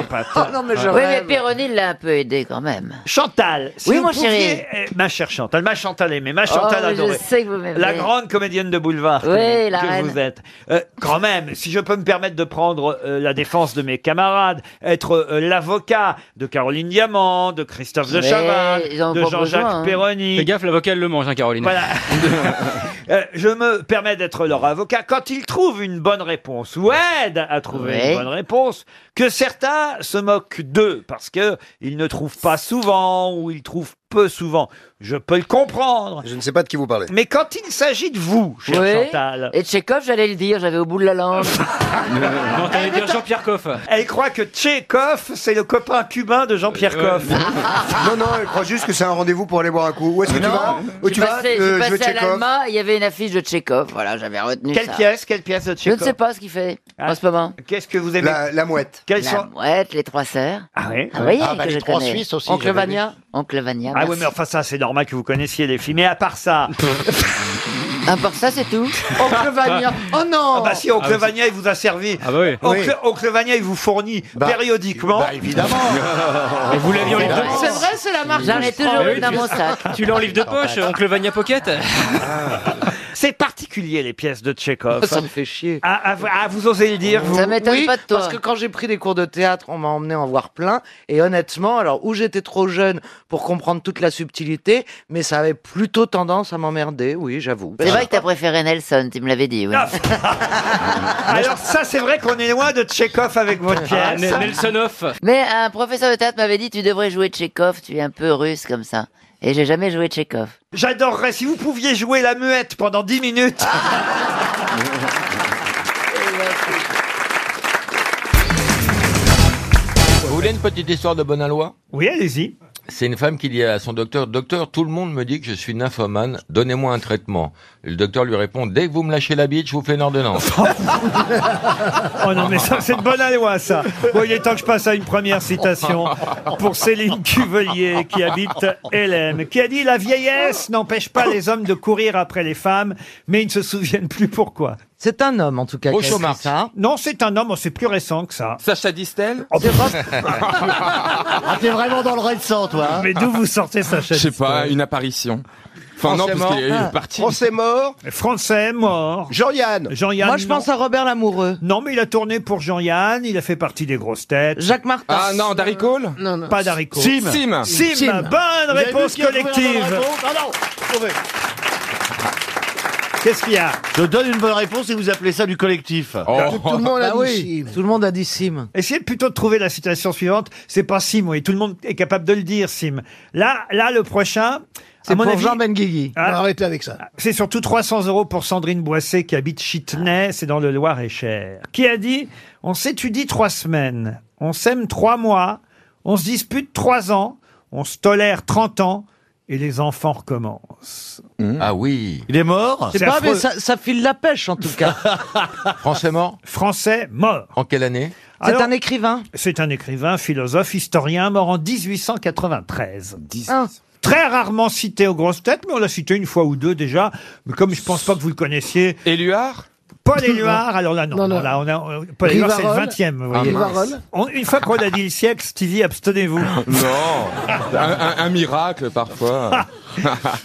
non. m'épate. Oui, mais Péroni l'a un peu aidé quand même. Chantal, si Oui, vous mon pouviez- chéri. eh, ma chère Chantal, ma Chantal aimée, ma Chantal Oh, mais je adorée, sais que vous m'aimez. la grande comédienne de boulevard Oui, que- la que reine. vous êtes. Euh, quand même, si je peux me permettre de prendre euh, la défense de mes camarades, être euh, l'avocat de Caroline Diamant, de Christophe de Mais ils en Chavannes, ont de pas Jean-Jacques besoin, hein. Perroni. Fais gaffe, l'avocat elle le mange, hein, Caroline. Euh, je me permets d'être leur avocat quand ils trouvent une bonne réponse ou aident à trouver Oui. une bonne réponse, que certains se moquent d'eux parce que ils ne trouvent pas souvent ou ils trouvent peu souvent. Je peux le comprendre. Je ne sais pas de qui vous parlez. Mais quand il s'agit de vous, cher Oui. Ah. Chantal, Et Tchekhov, j'allais le dire, j'avais au bout de la langue. Euh, non, t'allais dire Jean-Pierre Coff. elle croit que Tchekhov, c'est le copain cubain de Jean-Pierre Euh, Coff. Ah. Non, non, elle croit juste que c'est un rendez-vous pour aller boire un coup. Où est-ce que tu Oh, vas Où tu Je suis vas passé, Euh, je Je veux suis passé à Tchekhov. l'Alma, il y avait une affiche de Tchekhov, voilà, j'avais retenu Quelle ça. pièce Quelle pièce de Je ne Tchekhov sais pas ce qu'il fait en ce moment. Qu'est-ce que vous aimez La- la mouette. Quelles la sont- mouette, les trois sœurs. Ah oui Ah oui, Ah, bah, que les je trois connais. Suisses aussi, Oncle j'avais Vania, Oncle Vania. Ah oui, merci. mais enfin ça, c'est normal que vous connaissiez les filles. Mais à part ça... À part ça, c'est tout. Oncle Vania. Oh non Ah bah si, Ah Oncle oui, c'est- Vania, il vous a servi. Ah oui. Oui. Oncle, Oncle Vania, il vous fournit périodiquement. Bah évidemment. Et vous l'aviez en livre de poche C'est vrai, c'est la marque. J'en ai que je toujours prends. une dans mon sac. Ah Tu l'as en livre de poche, oncle Vania Pocket C'est particulier les pièces de Tchekhov. Ça me fait chier. Ah, ah, ah, vous osez le dire, vous Ça m'étonne Oui, pas de toi. Parce que quand j'ai pris des cours de théâtre, on m'a emmené en voir plein. Et honnêtement, alors, où j'étais trop jeune pour comprendre toute la subtilité, mais ça avait plutôt tendance à m'emmerder, oui, j'avoue. C'est vrai que t'as préféré Nelson, tu me l'avais dit, Ah, oui. Alors ça, c'est vrai qu'on est loin de Tchekhov avec votre Ah, pièce. Nel- Nelsonov. Mais un professeur de théâtre m'avait dit, tu devrais jouer Tchekhov, tu es un peu russe comme ça. Et j'ai jamais joué Tchekhov. J'adorerais si vous pouviez jouer la muette pendant 10 minutes. Vous voulez une petite histoire de Bonalois Oui, allez-y. C'est une femme qui dit à son docteur, docteur, tout le monde me dit que je suis nymphomane, donnez-moi un traitement. Le docteur lui répond, dès que vous me lâchez la bite, je vous fais une ordonnance. Oh non, mais ça, c'est de bonne loi, ça. Bon, il est temps que je passe à une première citation pour Céline Cuvelier, qui habite LM, qui a dit La vieillesse n'empêche pas les hommes de courir après les femmes, mais ils ne se souviennent plus pourquoi. C'est un homme, en tout cas. qui a écrit ça. Non, c'est un homme, oh, c'est plus récent que ça. Oh, Sacha Distel Ah, t'es vraiment dans le raid sans, toi. hein. Mais d'où vous sortez Sacha Je sais pas, une apparition. Enfin, non, parce qu'il est Ah. parti. Français mort. Ah. Français mort. Jean-Yann. Jean-Yann. Moi, je pense à Robert Lamoureux. Non, mais il a tourné pour Jean-Yann. Il a fait partie des grosses têtes. Jacques Martin. Ah non, Darry Cole Non, non. Pas Darry Cole. Sim. Sim. Sim. Sim. Bonne Vous avez réponse vu qui a trouvé la bonne collective. réponse Ah non, trouvez. Qu'est-ce qu'il y a Je donne une bonne réponse et vous appelez ça du collectif. Oh. Oh. Ah Bah oui, Tout le monde a dit Sim. Essayez plutôt de trouver la citation suivante. C'est pas Sim, oui. Tout le monde est capable de le dire, Sim. Là, là, le Ah, prochain. C'est pour Jean Benguigui. Arrêtez avec ça. C'est surtout 300 euros pour Sandrine Boissé qui habite Ah. Chitenay, c'est dans le Loir-et-Cher, qui a dit On s'étudie trois semaines, on s'aime trois mois, on se dispute trois ans, on se tolère 30 ans, et les enfants recommencent. Ah oui. Il est mort C'est pas, mais ça, ça file la pêche, en tout cas. Français mort Français mort. En quelle année C'est un écrivain C'est un écrivain, philosophe, historien, mort en 1893. Ah. Très rarement cité aux grosses têtes, mais on l'a cité une fois ou deux déjà. Mais comme je pense pas que vous le connaissiez. Éluard Paul Éluard, alors là, non. non, là, on a, on- Paul Éluard, c'est le Rivarol 20e. Vous Ah, voyez. mince. On- une fois qu'on a dit le siècle, Stevie, abstenez-vous. Non, un, un- un miracle parfois.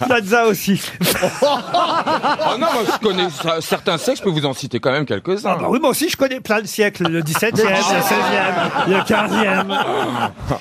Plaza aussi. oh non, moi, je connais ça- certains sexes, je peux vous en citer quand même quelques-uns. Ah bah oui, moi aussi, je connais plein de siècles. Le 17e, le Ah, 16e, le 15e.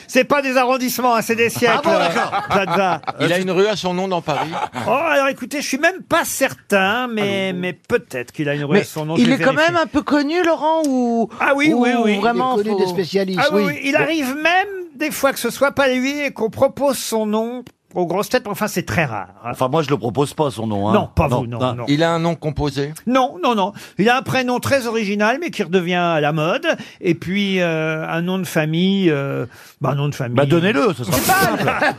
C'est pas des arrondissements, hein, c'est des siècles. bon, d'accord. Plaza. Il a une rue à son nom dans Paris. Oh, alors écoutez, je suis même pas certain, mais, mais peut-être qu'il a une rue à Mais son nom. je il vais est quand vérifier. même un peu connu, Laurent, ou Ah oui, ou oui, oui. Vraiment, faut- Ah oui, oui, Il arrive même des fois que ce soit pas lui et qu'on propose son nom aux grosses têtes, mais enfin c'est très rare. Enfin, moi, je le propose pas, son nom. hein. Non, pas vous, non, non. Il a un nom composé Non, non, non. Il a un prénom très original, mais qui redevient à la mode. Et puis euh, un nom de famille. euh, bah, un nom de famille. Bah donnez-le, ce sera C'est pas,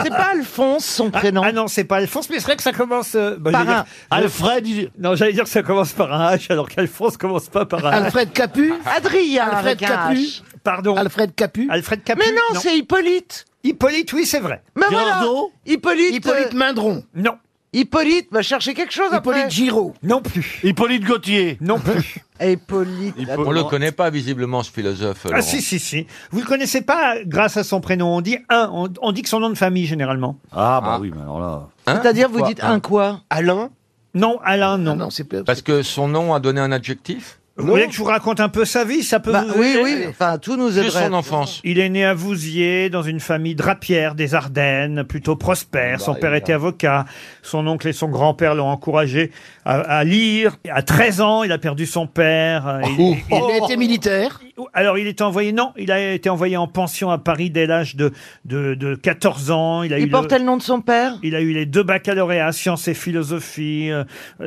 c'est pas Alphonse son prénom. Ah, non, c'est pas Alphonse, mais c'est vrai que ça commence euh, bah, Par j'allais un Alfred, Non, j'allais dire que ça commence par un H, alors qu'Alphonse commence pas par un H. Alfred Capu Adrien, Alfred avec un Capu. H. Pardon. Alfred Capu. Alfred Capu. Mais non, c'est Hippolyte. Hippolyte, oui, c'est vrai. Mais voilà Hippolyte... Hippolyte Mindron. Non. Hippolyte va chercher quelque chose après. Hippolyte Giraud. Non plus. Hippolyte Gauthier. Non plus. Hippolyte... On le connaît pas visiblement ce philosophe. Ah si, si, si. Vous le connaissez pas euh, grâce à son prénom. On dit un, on, on dit que son nom de famille généralement. Ah, bah oui, mais alors là. Hein C'est-à-dire, vous dites un quoi Ah, Alain Non, Alain, Ah non. non Parce que son nom a donné un adjectif Vous voulez que je vous raconte un peu sa vie Ça peut Bah vous oui, aider oui, enfin, tout nous Juste aiderait. son enfance. Il est né à Vouziers, dans une famille drapière des Ardennes, plutôt prospère. Bah, Son père était avocat. Son oncle et son grand-père l'ont encouragé à, à lire. À 13 ans, il a perdu son père. Il- Oh. il- il- Il a été militaire. alors, il est envoyé, non, il a été envoyé en pension à Paris dès l'âge de, de, de 14 ans. Il, a Il eu portait le nom de son père Il a eu les deux baccalauréats, sciences et philosophie. Euh,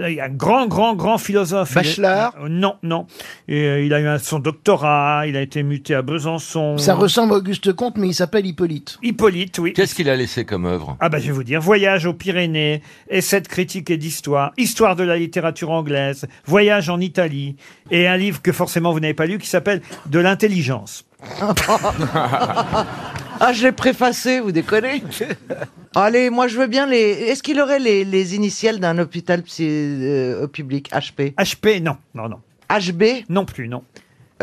il est un grand, grand, grand philosophe. Il est- Bachelor Euh, Non, non. Et euh, il a eu un- son doctorat, il a été muté à Besançon. Ça ressemble à Auguste Comte, mais il s'appelle Hippolyte. Hippolyte, oui. Qu'est-ce qu'il a laissé comme œuvre Ah bah je vais vous dire, voyage aux Pyrénées, essai de critique et d'histoire, histoire de la littérature anglaise, voyage en Italie, et un livre que forcément vous n'avez pas lu qui s'appelle De l'intelligence. Ah, je l'ai préfacé, vous déconnez Allez, moi je veux bien les. Est-ce qu'il aurait les, les initiales d'un hôpital psy- euh, public HP HP, non, non, non. HB Non plus, non.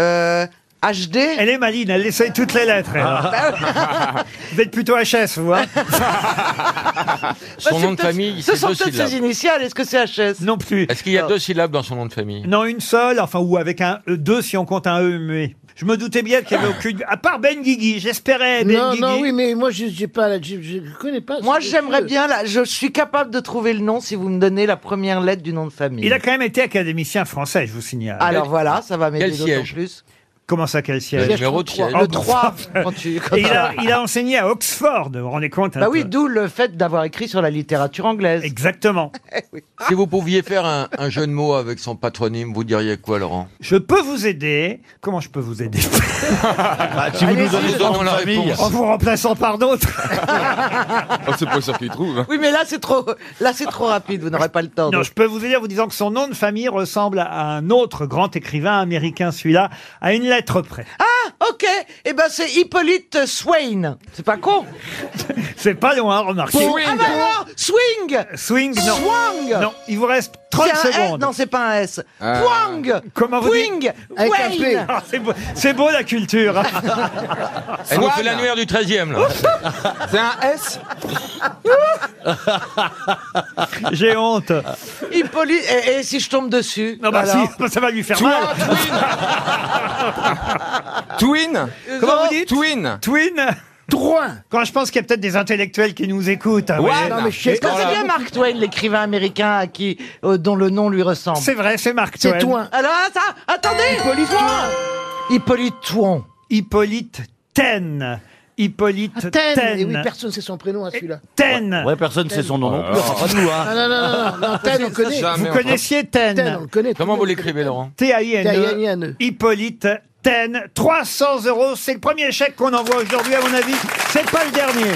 Euh, HD Elle est maline, elle essaye toutes les lettres. elle. Ah, ben. vous êtes plutôt HS, vous. Hein Son Bah, nom c'est de peut-être- famille, Ce c'est sont deux peut-être ses syllabes. initiales, est-ce que c'est HS Non plus. Est-ce qu'il y a deux syllabes dans son nom de famille Non, une seule, enfin, ou avec un E2 si on compte un E muet. Je me doutais bien qu'il n'y avait aucune. À part Ben Guigui, j'espérais Ben Non, Guigui. non, oui, mais moi, je j'ai pas, la- je, je connais pas. Moi ce- j'aimerais ce- bien, là, je suis capable de trouver le nom si vous me donnez la première lettre du nom de famille. Il a quand même été académicien français, je vous signale. Alors voilà, ça va m'aider Quel d'autant siège plus. Comment ça, quel siège Le numéro de siège. Oh, Le 3, quand tu- Et il, a, il a enseigné à Oxford, vous vous rendez compte un Bah oui, peu. d'où le fait d'avoir écrit sur la littérature anglaise. Exactement. Si vous pouviez faire un, un jeu de mots avec son patronyme, vous diriez quoi, Laurent Je peux vous aider. Comment je peux vous aider Ah, si vous nous Allez-y, donnez le nom de la famille. réponse. En vous remplaçant par d'autres. C'est pas sûr qu'il trouve. Oui, mais là c'est trop, là c'est trop rapide. Vous n'aurez pas le temps. Non, donc. je peux vous aider en vous disant que son nom de famille ressemble à un autre grand écrivain américain, celui-là, à une lettre près. Ah, ok. Eh ben, c'est Hippolyte Swain. C'est pas con. C'est pas loin, remarquez. Ah bah non, swing. Swing, non. Swang. Non, il vous reste 30 C'est un S, secondes. non, c'est pas un S. Euh, Swang. Comment vous Swing. Avec un P. Wayne. Ah, c'est beau, c'est beau, la culture. Elle nous fait l'annuaire du 13e, là. C'est un S J'ai honte. Hippolyte. Et, et si je tombe dessus Non, bah alors si, ça va lui faire Twin, mal. Twin Comment vous dites Twin Twin Drouin. Quand je pense qu'il y a peut-être des intellectuels qui nous écoutent. hein, Ouais, vous voyez. non, mais je sais Est-ce que c'est bien Mark Twain, l'écrivain américain à qui, euh, dont le nom lui ressemble C'est vrai, c'est Marc C'est Twain. Twain. Alors, ça, attendez Hippolyte Twain Hippolyte Twain. Hippolyte Ten. Ah, Hippolyte Ten. Et oui, Ten. personne sait son prénom à celui-là. Ten. Ouais, personne sait son nom Euh. non plus. Enfin, pas nous, hein. Ah non, non, non, non, non, Ten, on connaît. Vous connaissiez Ten, on le Ten. connaît. tout Comment le vous monde l'écrivez, Laurent T-A-I-N-E. T-A-I-N-E. E, Hippolyte Ten. 300 euros. C'est le premier chèque qu'on envoie aujourd'hui, à mon avis. C'est pas le dernier.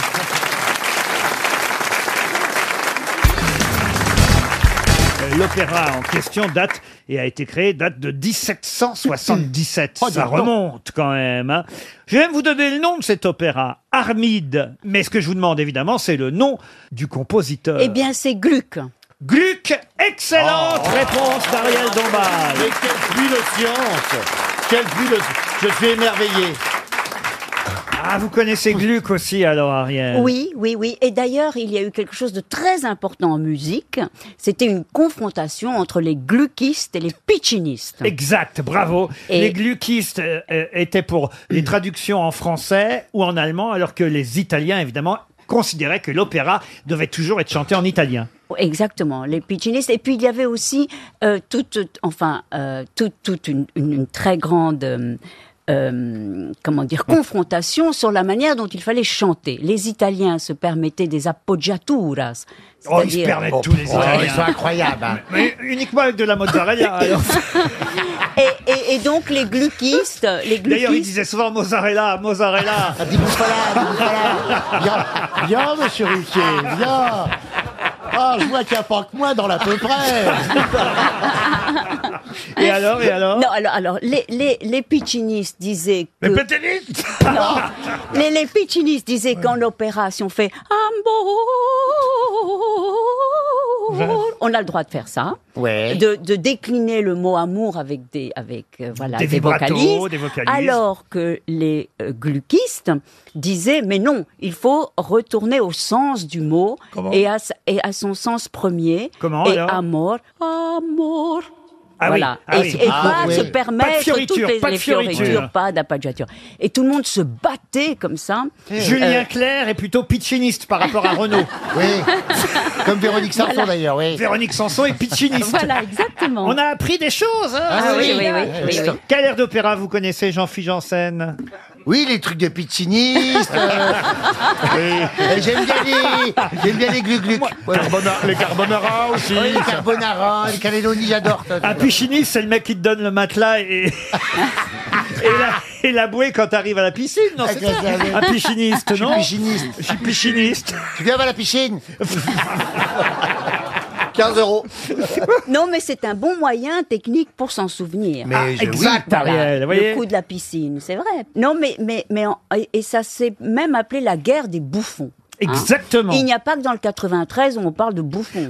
Euh, L'opéra en question date et a été créé, date de 1777. Oh, dis Ça donc. remonte quand même. hein. Je vais même vous donner le nom de cet opéra, Armide. Mais ce que je vous demande évidemment, c'est le nom du compositeur. Eh bien, c'est Gluck. Gluck, excellente réponse d'Ariel Oh. Mais Dombal. quelle pluie de science Quelle pluie de Je suis émerveillé. Ah, vous connaissez Gluck aussi alors, Ariel Oui, oui, oui. Et d'ailleurs, il y a eu quelque chose de très important en musique. C'était une confrontation entre les gluckistes et les piccinistes. Exact, bravo. Et- Les gluckistes euh, euh, étaient pour les traductions en français ou en allemand, alors que les Italiens, évidemment, considéraient que l'opéra devait toujours être chanté en italien. Exactement, les piccinistes. Et puis il y avait aussi euh, toute, toute- enfin, euh, toute, toute une, une- une très grande, euh, euh, comment dire, confrontation sur la manière dont il fallait chanter. Les Italiens se permettaient des appoggiaturas. Oh, ils se c'est-à-dire- permettent tous les Italiens. ils sont incroyables. hein. Mais uniquement avec de la mozzarella. alors. Et, et- et donc les gluckistes, les D'ailleurs, ils gluckistes. disaient souvent mozzarella, mozzarella. Ah, Viens, Viens, monsieur Ruquier, viens. Ah, je vois qu'il n'y a pas que moi dans la peu près. Et alors, et alors Non, alors, alors les, les, les pitchinistes disaient que... Les pétainistes Non, les, les pitchinistes disaient qu'en l'opéra, si on fait amour, on a le droit de faire ça. Ouais. De, de décliner le mot amour avec des, avec, euh, voilà, Des vibratos, vocalises, des vocalises. Alors que les euh, gluckistes disaient, mais non, il faut retourner au sens du mot Comment et à, sa- et à son sens premier. Comment, Et alors amour, amour. Ah oui, voilà. ah et oui. et Ah pas oui. se Pas de permettre fioriture, toutes les, pas de les fioritures, fioriture. pas d'appoggiature. Et tout le monde se battait comme ça. Eh Julien Euh, Clerc est plutôt pitchiniste par rapport à Renaud. Comme Véronique Sanson Voilà. d'ailleurs, oui. Véronique Sanson est pitchiniste. Voilà, exactement. On a appris des choses. hein, Ah c'est oui, génial. oui, oui, oui, oui. Quel air d'opéra vous connaissez, Jean-Philippe Janssen Oui, les trucs de pitchiniste. euh, et J'aime bien les, j'aime bien les glu-gluc. les carbonara aussi. Oui, les carbonara, les calédonis, j'adore. ça. Un pisciniste, c'est le mec qui te donne le matelas et, et, la, et la bouée quand t'arrives à la piscine, non c'est ça Un pisciniste, non Ah, Je suis pisciniste. Je suis pisciniste. Tu viens voir la piscine 15 euros. non, mais c'est un bon moyen technique pour s'en souvenir. Mais Ah, je- oui. exact, Ariel, vous voyez le coup de la piscine, c'est vrai. Non, mais mais mais en- et- et ça s'est même appelé la guerre des bouffons. hein. Exactement. Il n'y a pas que dans le 93 où on parle de bouffons.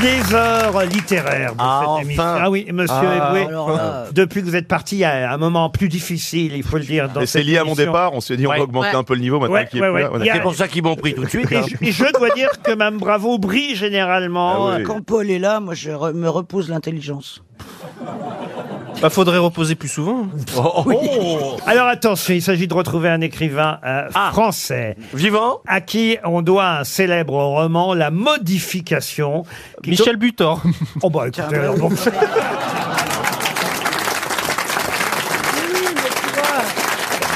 Les heures littéraires de cette émission. Ah oui, monsieur Ah, Eboué, euh, alors là. depuis que vous êtes parti, il y a un moment plus difficile, il faut le dire. Dans Et c'est cette lié à mon émission. départ, on s'est dit, on va augmenter un peu le niveau maintenant qu'il est plus là. Voilà. Il y a- C'est pour ça qu'ils m'ont pris tout de suite, Et hein. je- et je dois dire que Mme Bravo brille généralement. Ah oui. Quand Paul est là, moi, je re- me repose l'intelligence. Bah, faudrait reposer plus souvent. Oh, oh. Alors attention, il s'agit de retrouver un écrivain euh, Ah. français. Vivant À qui on doit un célèbre roman, La Modification. Michel Butor. Oh bah écoutez, alors, bon.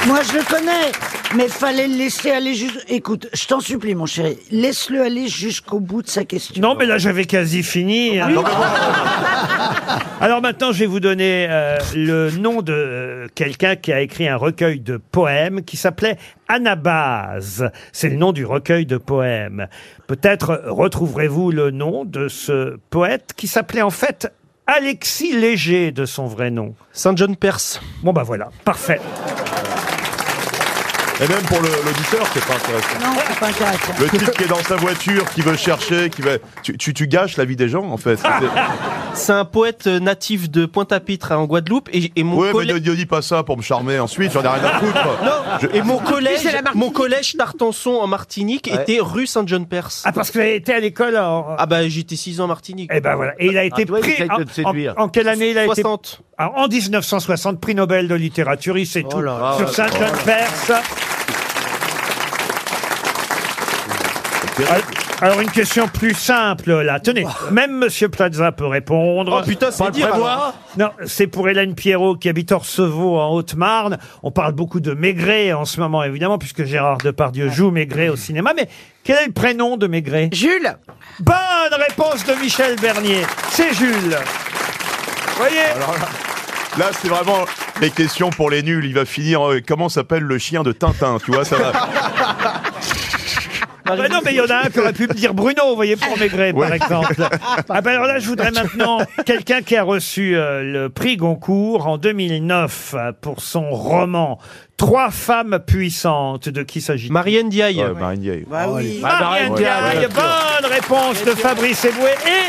Moi, je le connais, mais fallait le laisser aller juste. Écoute, je t'en supplie, mon chéri, laisse-le aller jusqu'au bout de sa question. Non, mais là j'avais quasi fini. hein. Alors maintenant, je vais vous donner euh, le nom de euh, quelqu'un qui a écrit un recueil de poèmes qui s'appelait Anabase. C'est le nom du recueil de poèmes. Peut-être retrouverez-vous le nom de ce poète qui s'appelait en fait Alexis Léger de son vrai nom. Saint John Perse. Bon bah voilà, parfait. Et même pour le- l'auditeur, c'est pas intéressant. Non, c'est pas intéressant. Le type qui est dans sa voiture, qui veut chercher, qui va. Tu, tu, tu gâches la vie des gens, en fait. C'est un poète euh, natif de Pointe-à-Pitre hein, en Guadeloupe et, j- et mon Ouais, mais ne, collègue. ne dis pas ça pour me charmer ensuite, j'en ai rien à foutre. Non, Je- et mon collège, Puis c'est la mon collège d'Artenson en Martinique Ouais. était rue Saint-John-Perse. Ah, parce que vous avez été à l'école en... Ah bah j'étais 6 ans en Martinique. Ah, Et ben voilà. Et il a été pris. en- en, en quelle année il a été Ah, En 1960, prix Nobel de littérature, il sait Oh tout Oh là. sur Saint John Perse. Oh, Alors- Ah, Alors une question plus simple là. Tenez, même Monsieur Plaza peut répondre. Oh, putain, c'est Pas le dire, prévoir. alors. Non, c'est pour Hélène Pierrot qui habite Orcevaux en Haute-Marne. On parle beaucoup de Maigret en ce moment évidemment puisque Gérard Depardieu joue Maigret au cinéma. Mais quel est le prénom de Maigret Jules. Bonne réponse de Michel Bernier. C'est Jules. Voyez. Là, c'est vraiment les questions pour les nuls. Il va finir. euh, comment s'appelle le chien de Tintin Tu vois, ça va. Ah bah non, mais il y en a un qui aurait pu me dire Bruno, vous voyez, pour Maigret, par Ouais. exemple. Ah bah alors là, je voudrais maintenant quelqu'un qui a reçu euh, le prix Goncourt en 2009 euh, pour son roman Trois femmes puissantes. De qui s'agit-il Marianne Diaye. Ouais, Marine Diaye. Bah oui. Marianne Ouais, Diaye, ouais, bonne réponse de Fabrice Eboué et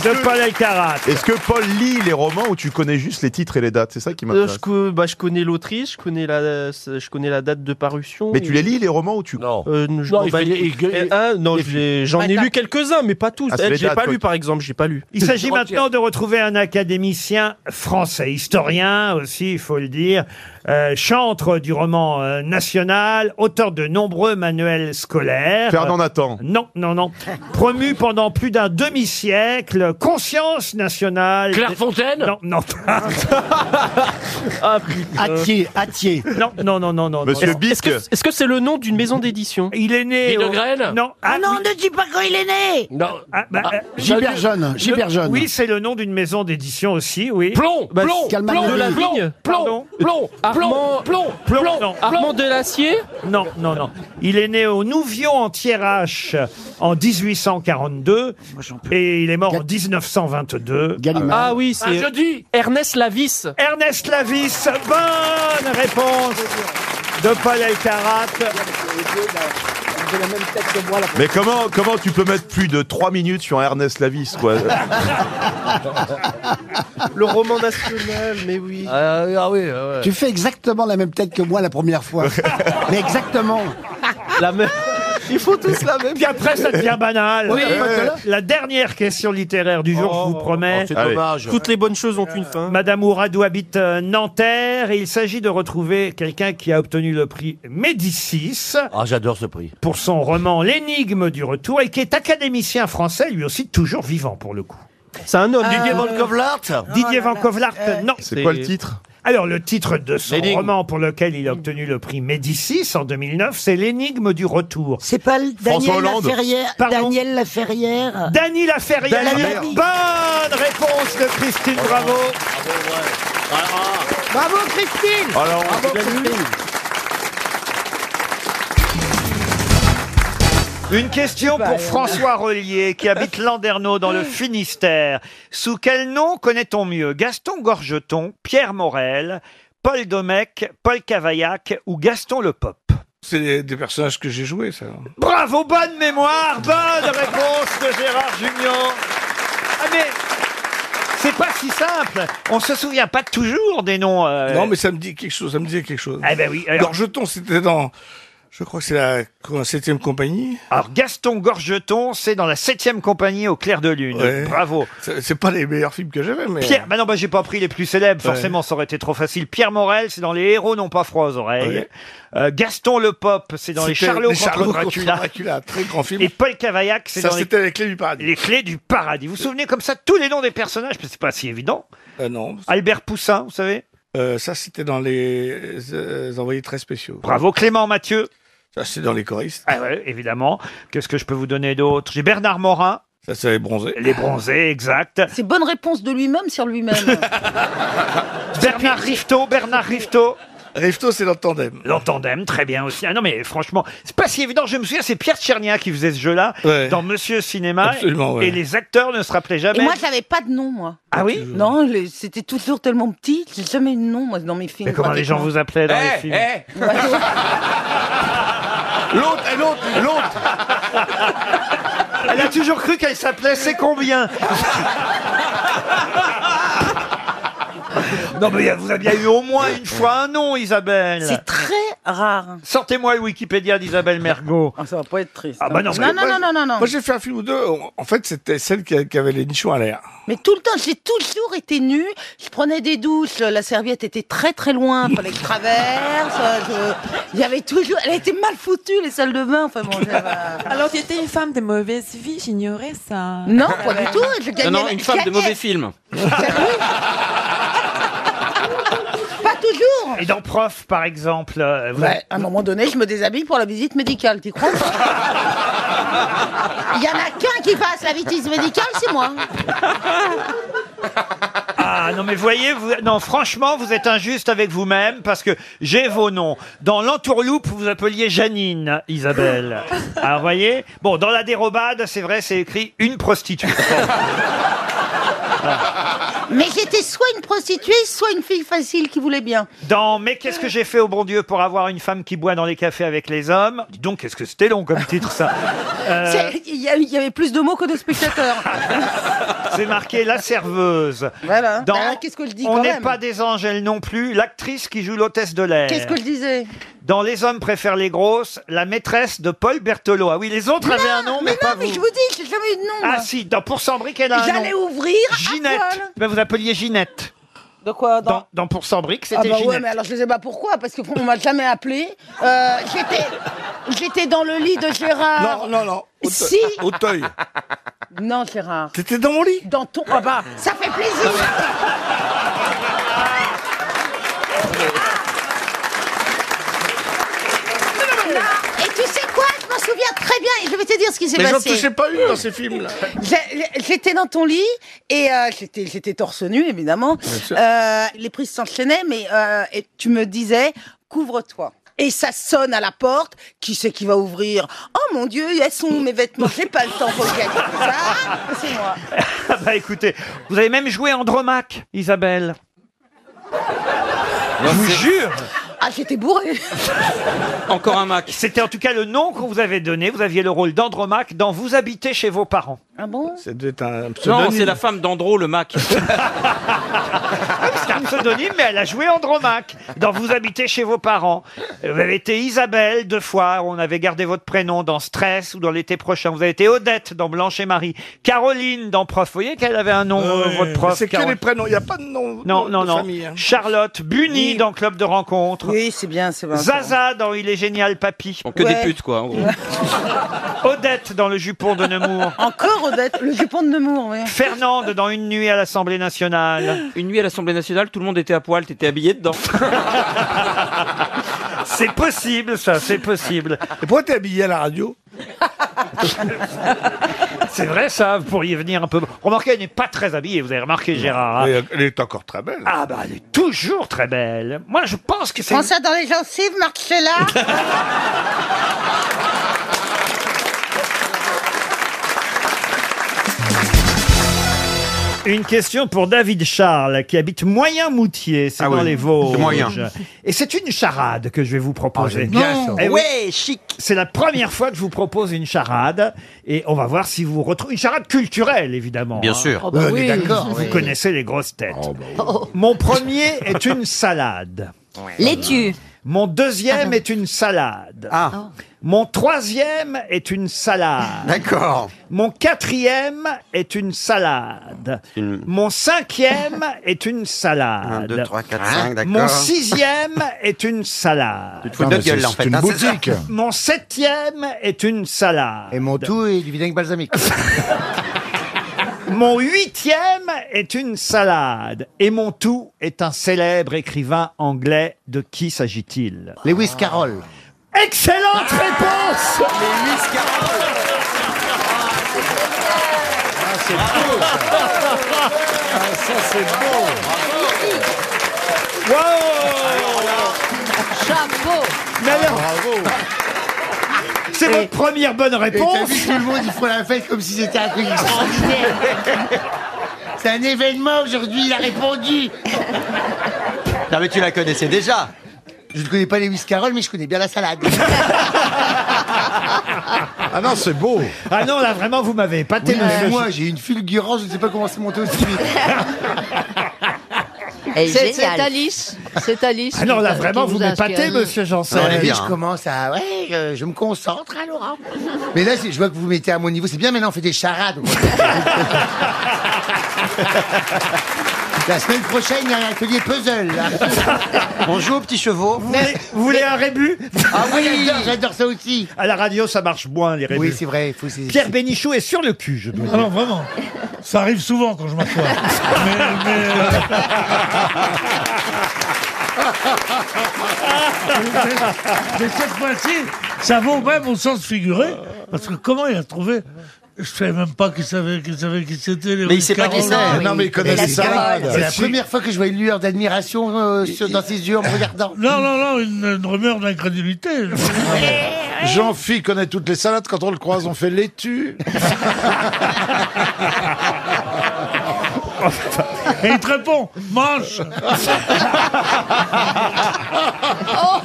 de Paul Elkarat. Est-ce que Paul lit les romans ou tu connais juste les titres et les dates C'est ça qui Euh, m'intéresse. je, co- bah, je connais l'Autriche, je connais la, je connais la date de parution. Mais tu les lis les romans ou tu Non. Non, non, il fait- il- il- Ah, non je l'ai- j'en ai lu quelques-uns, mais pas tous. Ah, c'est Elle, les je l'ai dates, pas quoi. lu par exemple, j'ai pas lu. Il s'agit maintenant de retrouver un académicien français, historien aussi, il faut le dire, euh, chantre du roman euh, national, auteur de nombreux manuels scolaires. Fernand Nathan. Non, non, non. Promu pendant plus d'un demi-siècle, conscience nationale. Claire Fontaine Non, non. Ah, putain. Attier, Attier. Non, non, non, non, non. Monsieur non. Bisque. Est-ce que- est-ce que c'est le nom d'une maison d'édition Il est né. Guy de oh. au- Grelle Non. Ah, non, oui. ne dis pas quand il est né Non. Ah, bah, euh, Gilbert le- Jeune, le- Gilbert Jeune. Oui, c'est le nom d'une maison d'édition aussi, oui. Plomb, Bah, plomb, Calmar- plomb, de la Plomb, vigne. Oh. plomb, Plomb, Pardon. Armand, plomb, plomb, Armand Delacier Non, non, non. Il est né au Nouvion en Thiérache en 1842 et il est mort en 1922. Ah oui, c'est Ernest Lavis. Ernest Lavis, bonne réponse de Paul Elkarat. J'ai la même tête que moi, là. Mais comment, comment tu peux mettre plus de 3 minutes sur Ernest Lavis, quoi Le roman national, mais oui. ah oui, euh. ouais. Tu fais exactement la même tête que moi la première fois. Mais exactement. La même. Ils font tous la même. Puis après, ça devient banal. Oui, Euh, voilà. La dernière question littéraire du jour, je vous promets. oh, c'est Allez. dommage. Toutes les bonnes choses ont une fin. Madame Ouradou habite euh, Nanterre et il s'agit de retrouver quelqu'un qui a obtenu le prix Médicis Ah, j'adore ce prix. pour son roman L'énigme du retour et qui est académicien français, lui aussi toujours vivant pour le coup. C'est un homme. Didier Van Kovlart Didier Van Kovlart, non. C'est quoi le titre alors, le titre de son L'énigme. roman pour lequel il a obtenu le prix Médicis en 2009, c'est L'énigme du retour. C'est pas le Daniel Laferrière. Pardon Daniel Laferrière. Dany Laferrière. Dany. Bonne réponse de Christine Bravo. Bravo Christine Alors, on Bravo vous a vu. Christine Une question pour François Relier qui habite Landerneau dans le Finistère. Sous quel nom connaît-on mieux Gaston Gorgeton, Pierre Morel, Paul Domecq, Paul Cavaillac ou Gaston Le Pop C'est des, des personnages que j'ai joués, ça. Bravo, bonne mémoire, bonne réponse de Gérard Junior. Ah mais c'est pas si simple. On se souvient pas toujours des noms. euh, Non, mais ça me dit quelque chose, ça me disait quelque chose. Ah ben oui, alors- Gorgeton, c'était dans, je crois que c'est la quoi, septième compagnie. Alors Gaston Gorgeton, c'est dans la septième compagnie au clair de lune. Ouais. Bravo. C'est c'est pas les meilleurs films que j'avais, mais... euh, Pierre, bah non, bah j'ai pas pris les plus célèbres, Ouais. forcément ça aurait été trop facile. Pierre Morel, c'est dans Les héros n'ont pas froid aux oreilles. Euh, Gaston le Pop, c'est dans Les C'était Charlots, euh, Les Charlots contre contre Dracula. Dracula, très grand film. Et Paul Cavaillac, c'est Ça, dans les... c'était les clés du paradis. Les clés du paradis. Vous vous souvenez comme ça tous les noms des personnages, parce que c'est pas si évident. Ah, Euh, non. Albert Poussin, vous savez Euh, ça, c'était dans les euh, envoyés très spéciaux. Bravo Clément Mathieu. Ça, c'est dans les choristes. Ah ouais, évidemment. Qu'est-ce que je peux vous donner d'autre J'ai Bernard Morin. Ça, c'est les bronzés. Les bronzés, exact. C'est bonne réponse de lui-même sur lui-même. Bernard Rifto, Bernard Rifto. Rifto, c'est dans Tandem. Dans Tandem, très bien aussi. Ah non, mais franchement, c'est pas si évident. Je me souviens, c'est Pierre Tchernia qui faisait ce jeu-là dans Monsieur Cinéma. Absolument, ouais. Et les acteurs ne se rappelaient jamais. Et moi, j'avais pas de nom, moi. Ah oui Non, les- c'était toujours tellement petit, j'ai jamais eu de nom, moi, dans mes films. Mais comment les gens vous appelaient dans Eh, les films L'autre, eh, l'autre, l'autre Elle a toujours cru qu'elle s'appelait C'est combien Non, mais vous avez bien eu au moins une fois un nom, Isabelle. C'est très rare. Sortez-moi le Wikipédia d'Isabelle Mergot. ça va pas être triste. hein. Ah bah non, non, mais- non, non, non, non, non. Moi, j'ai fait un film ou deux. En fait, c'était celle qui, a- qui avait les nichons à l'air. Mais tout le temps, j'ai toujours été nue. Je prenais des douches, la serviette était très très loin, fallait que je traverse. euh, je- Il y avait toujours, elle était mal foutue les salles de bain. Enfin bon, j'avais- Alors, tu étais une femme de mauvaise vie, j'ignorais ça. non, pas du tout. Je gagnais, non, je une femme de gagnais. mauvais film. Pas toujours. Et dans Prof, par exemple, euh, vous- Ouais, à un moment donné, je me déshabille pour la visite médicale, t'y crois Il y en a qu'un qui passe la visite médicale, c'est moi. Ah non mais voyez, vous... non franchement vous êtes injuste avec vous-même parce que j'ai vos noms. Dans l'entourloupe vous appeliez Janine, Isabelle. Alors voyez, bon dans la dérobade c'est vrai c'est écrit une prostituée. Mais j'étais soit une prostituée, soit une fille facile qui voulait bien. Dans mais qu'est-ce que j'ai fait au bon Dieu pour avoir une femme qui boit dans les cafés avec les hommes Dis donc qu'est-ce que c'était long comme titre ça. Euh, C'est- Il y, a- il y avait plus de mots que de spectateurs. c'est marqué la serveuse. Voilà. Dans Bah, qu'est-ce que je dis On quand n'est même pas des anges elle non plus. L'actrice qui joue l'hôtesse de l'air. Qu'est-ce que je disais Dans Les hommes préfèrent les grosses, la maîtresse de Paul Berthelot. Ah oui, les autres avaient un nom, mais, non, pas mais vous. je vous dis, j'ai jamais eu de nom. Ah moi. si, dans Pour Sambric, elle a un nom. J'allais ouvrir à Ginette. poil. Ben, vous appeliez Ginette. De quoi Dans, dans, Pour Sambric, c'était Ah bah ouais, Ginette. mais alors je sais pas pourquoi, parce qu'on m'a jamais appelé. Euh, j'étais, j'étais dans le lit de Gérard. Non, non, non. Auteuil. Si. Auteuil. Non, Gérard. T'étais dans mon lit Dans ton... Ah bah, ça fait plaisir Non, Et tu sais quoi Je m'en souviens très bien je vais te dire ce qui s'est Les passé. gens touchaient pas eu dans ces films-là. J'ai- J'étais dans ton lit et euh, j'étais j'étais torse nu évidemment. sûr. Euh, les prises s'enchaînaient, mais euh, et tu me disais couvre-toi. Et ça sonne à la porte. Qui c'est qui va ouvrir Oh mon Dieu, elles sont mes vêtements. J'ai pas le temps pour regarder ça. C'est moi. Ah bah écoutez, vous avez même joué Andromaque, Isabelle. Je vous jure Ah, j'étais bourré. Encore un Mac. C'était en tout cas le nom qu'on vous avait donné. Vous aviez le rôle d'Andromaque dans Vous habitez chez vos parents. Ah bon C'est un Non, c'est la femme d'Andro, le Mac. C'est un pseudonyme, mais elle a joué Andromaque dans Vous habitez chez vos parents. Vous avez été Isabelle deux fois, on avait gardé votre prénom dans Stress ou dans l'été prochain. Vous avez été Odette dans Blanche et Marie. Caroline dans Prof. Vous voyez qu'elle avait un nom, euh, votre prof. C'est que Carole. les prénoms, il n'y a pas de nom. Non, de- non, de non. famille, hein. Charlotte, Bunny dans Club de Rencontre. Oui, c'est bien, c'est bien. Zaza dans Il est génial, papy. que des Ouais. putes, quoi, en gros. Odette dans Le jupon de Nemours. Encore Odette, le jupon de Nemours. oui. Fernande dans Une nuit à l'Assemblée nationale. Une nuit à l'Assemblée nationale, tout le monde était à poil, t'étais habillé dedans. C'est possible, ça, c'est possible. Et pourquoi t'es habillé à la radio C'est vrai, ça, vous pourriez venir un peu. Remarquez, elle n'est pas très habillée, vous avez remarqué, Gérard. hein. Mais Elle est encore très belle. Ah, bah, elle est toujours très belle. Moi, je pense que c'est. Prends ça dans les gencives, Marcella. Une question pour David Charles, qui habite Moyen-Moutier, c'est Ah dans oui, les Vosges. c'est moyen. Ah, Et c'est une charade que je vais vous proposer. j'aime bien Non. ça. Eh Ouais, chic. C'est la première fois que je vous propose une charade, et on va voir si vous retrouvez une charade culturelle, évidemment. Bien hein. sûr. Oh bah Ouais, on est oui. d'accord, Vous oui. Oh, bah connaissez les grosses têtes. Mon premier est une salade. Laitue. Mon deuxième est une salade. Ah. Oh. Mon troisième est une salade. D'accord. Mon quatrième est une salade. Ah, Mon cinquième est une salade. Hein 2, 3, 4, 5, d'accord. Mon sixième est une salade. Tu te fous de notre gueule, là, en fait, hein, c'est ça Mon septième est une salade. Et mon tout est du vinaigre balsamique. mon huitième est une salade. Et mon tout est un célèbre écrivain anglais. De qui s'agit-il Lewis Carroll. Excellente réponse c'est beau ça. Ah, ça c'est beau. Chapeau Bravo C'est votre première bonne Et t'as réponse vu, tout le monde, ils font la fête comme si c'était un truc extraordinaire. C'est un événement aujourd'hui, il a répondu. Non, mais tu la connaissais déjà. Je ne connais pas les Carroll, mais je connais bien la salade. Ah non, c'est beau Ah non, là vraiment, vous m'avez épaté, Oui, monsieur. mais moi, j'ai une fulgurance, je ne sais pas comment c'est monté aussi vite. C'est c'est Alice. C'est Alice. Ah non, là, euh, qui- vraiment, qui vous inspire. m'épatez, monsieur Janssen. Ouais, Elle est puis bien, hein. Je commence à. Ouais, euh, je, je me concentre, hein, Laurent. Mais là, c'est- je vois que vous vous mettez à mon niveau. C'est bien, maintenant, on fait des charades. La semaine prochaine, il y a un atelier puzzle. On joue aux petits chevaux. Vous voulez un rébut Ah oui, j'adore, j'adore ça aussi. À la radio, ça marche moins, les Oui, rébus. c'est vrai. Faut, c'est- Ah Pierre Bénichou est sur le cul, je dois dire. Alors vraiment, ça arrive souvent quand je m'assois. mais, mais, euh, mais cette fois-ci, ça vaut même au sens figuré, parce que comment il a trouvé je savais même pas qu'il savait, qu'il savait qui c'était. les Mais il Ruth sait pas qui Carroll. c'est. Non, mais il connaît les salades. C'est la Si. première fois que je vois une lueur d'admiration euh, sur- dans ses yeux en me regardant. Non, non, non, une, une rumeur d'incrédulité. Jean-Phi connaît toutes les salades. Quand on le croise, on fait laitue. Et il te répond, mange Oh,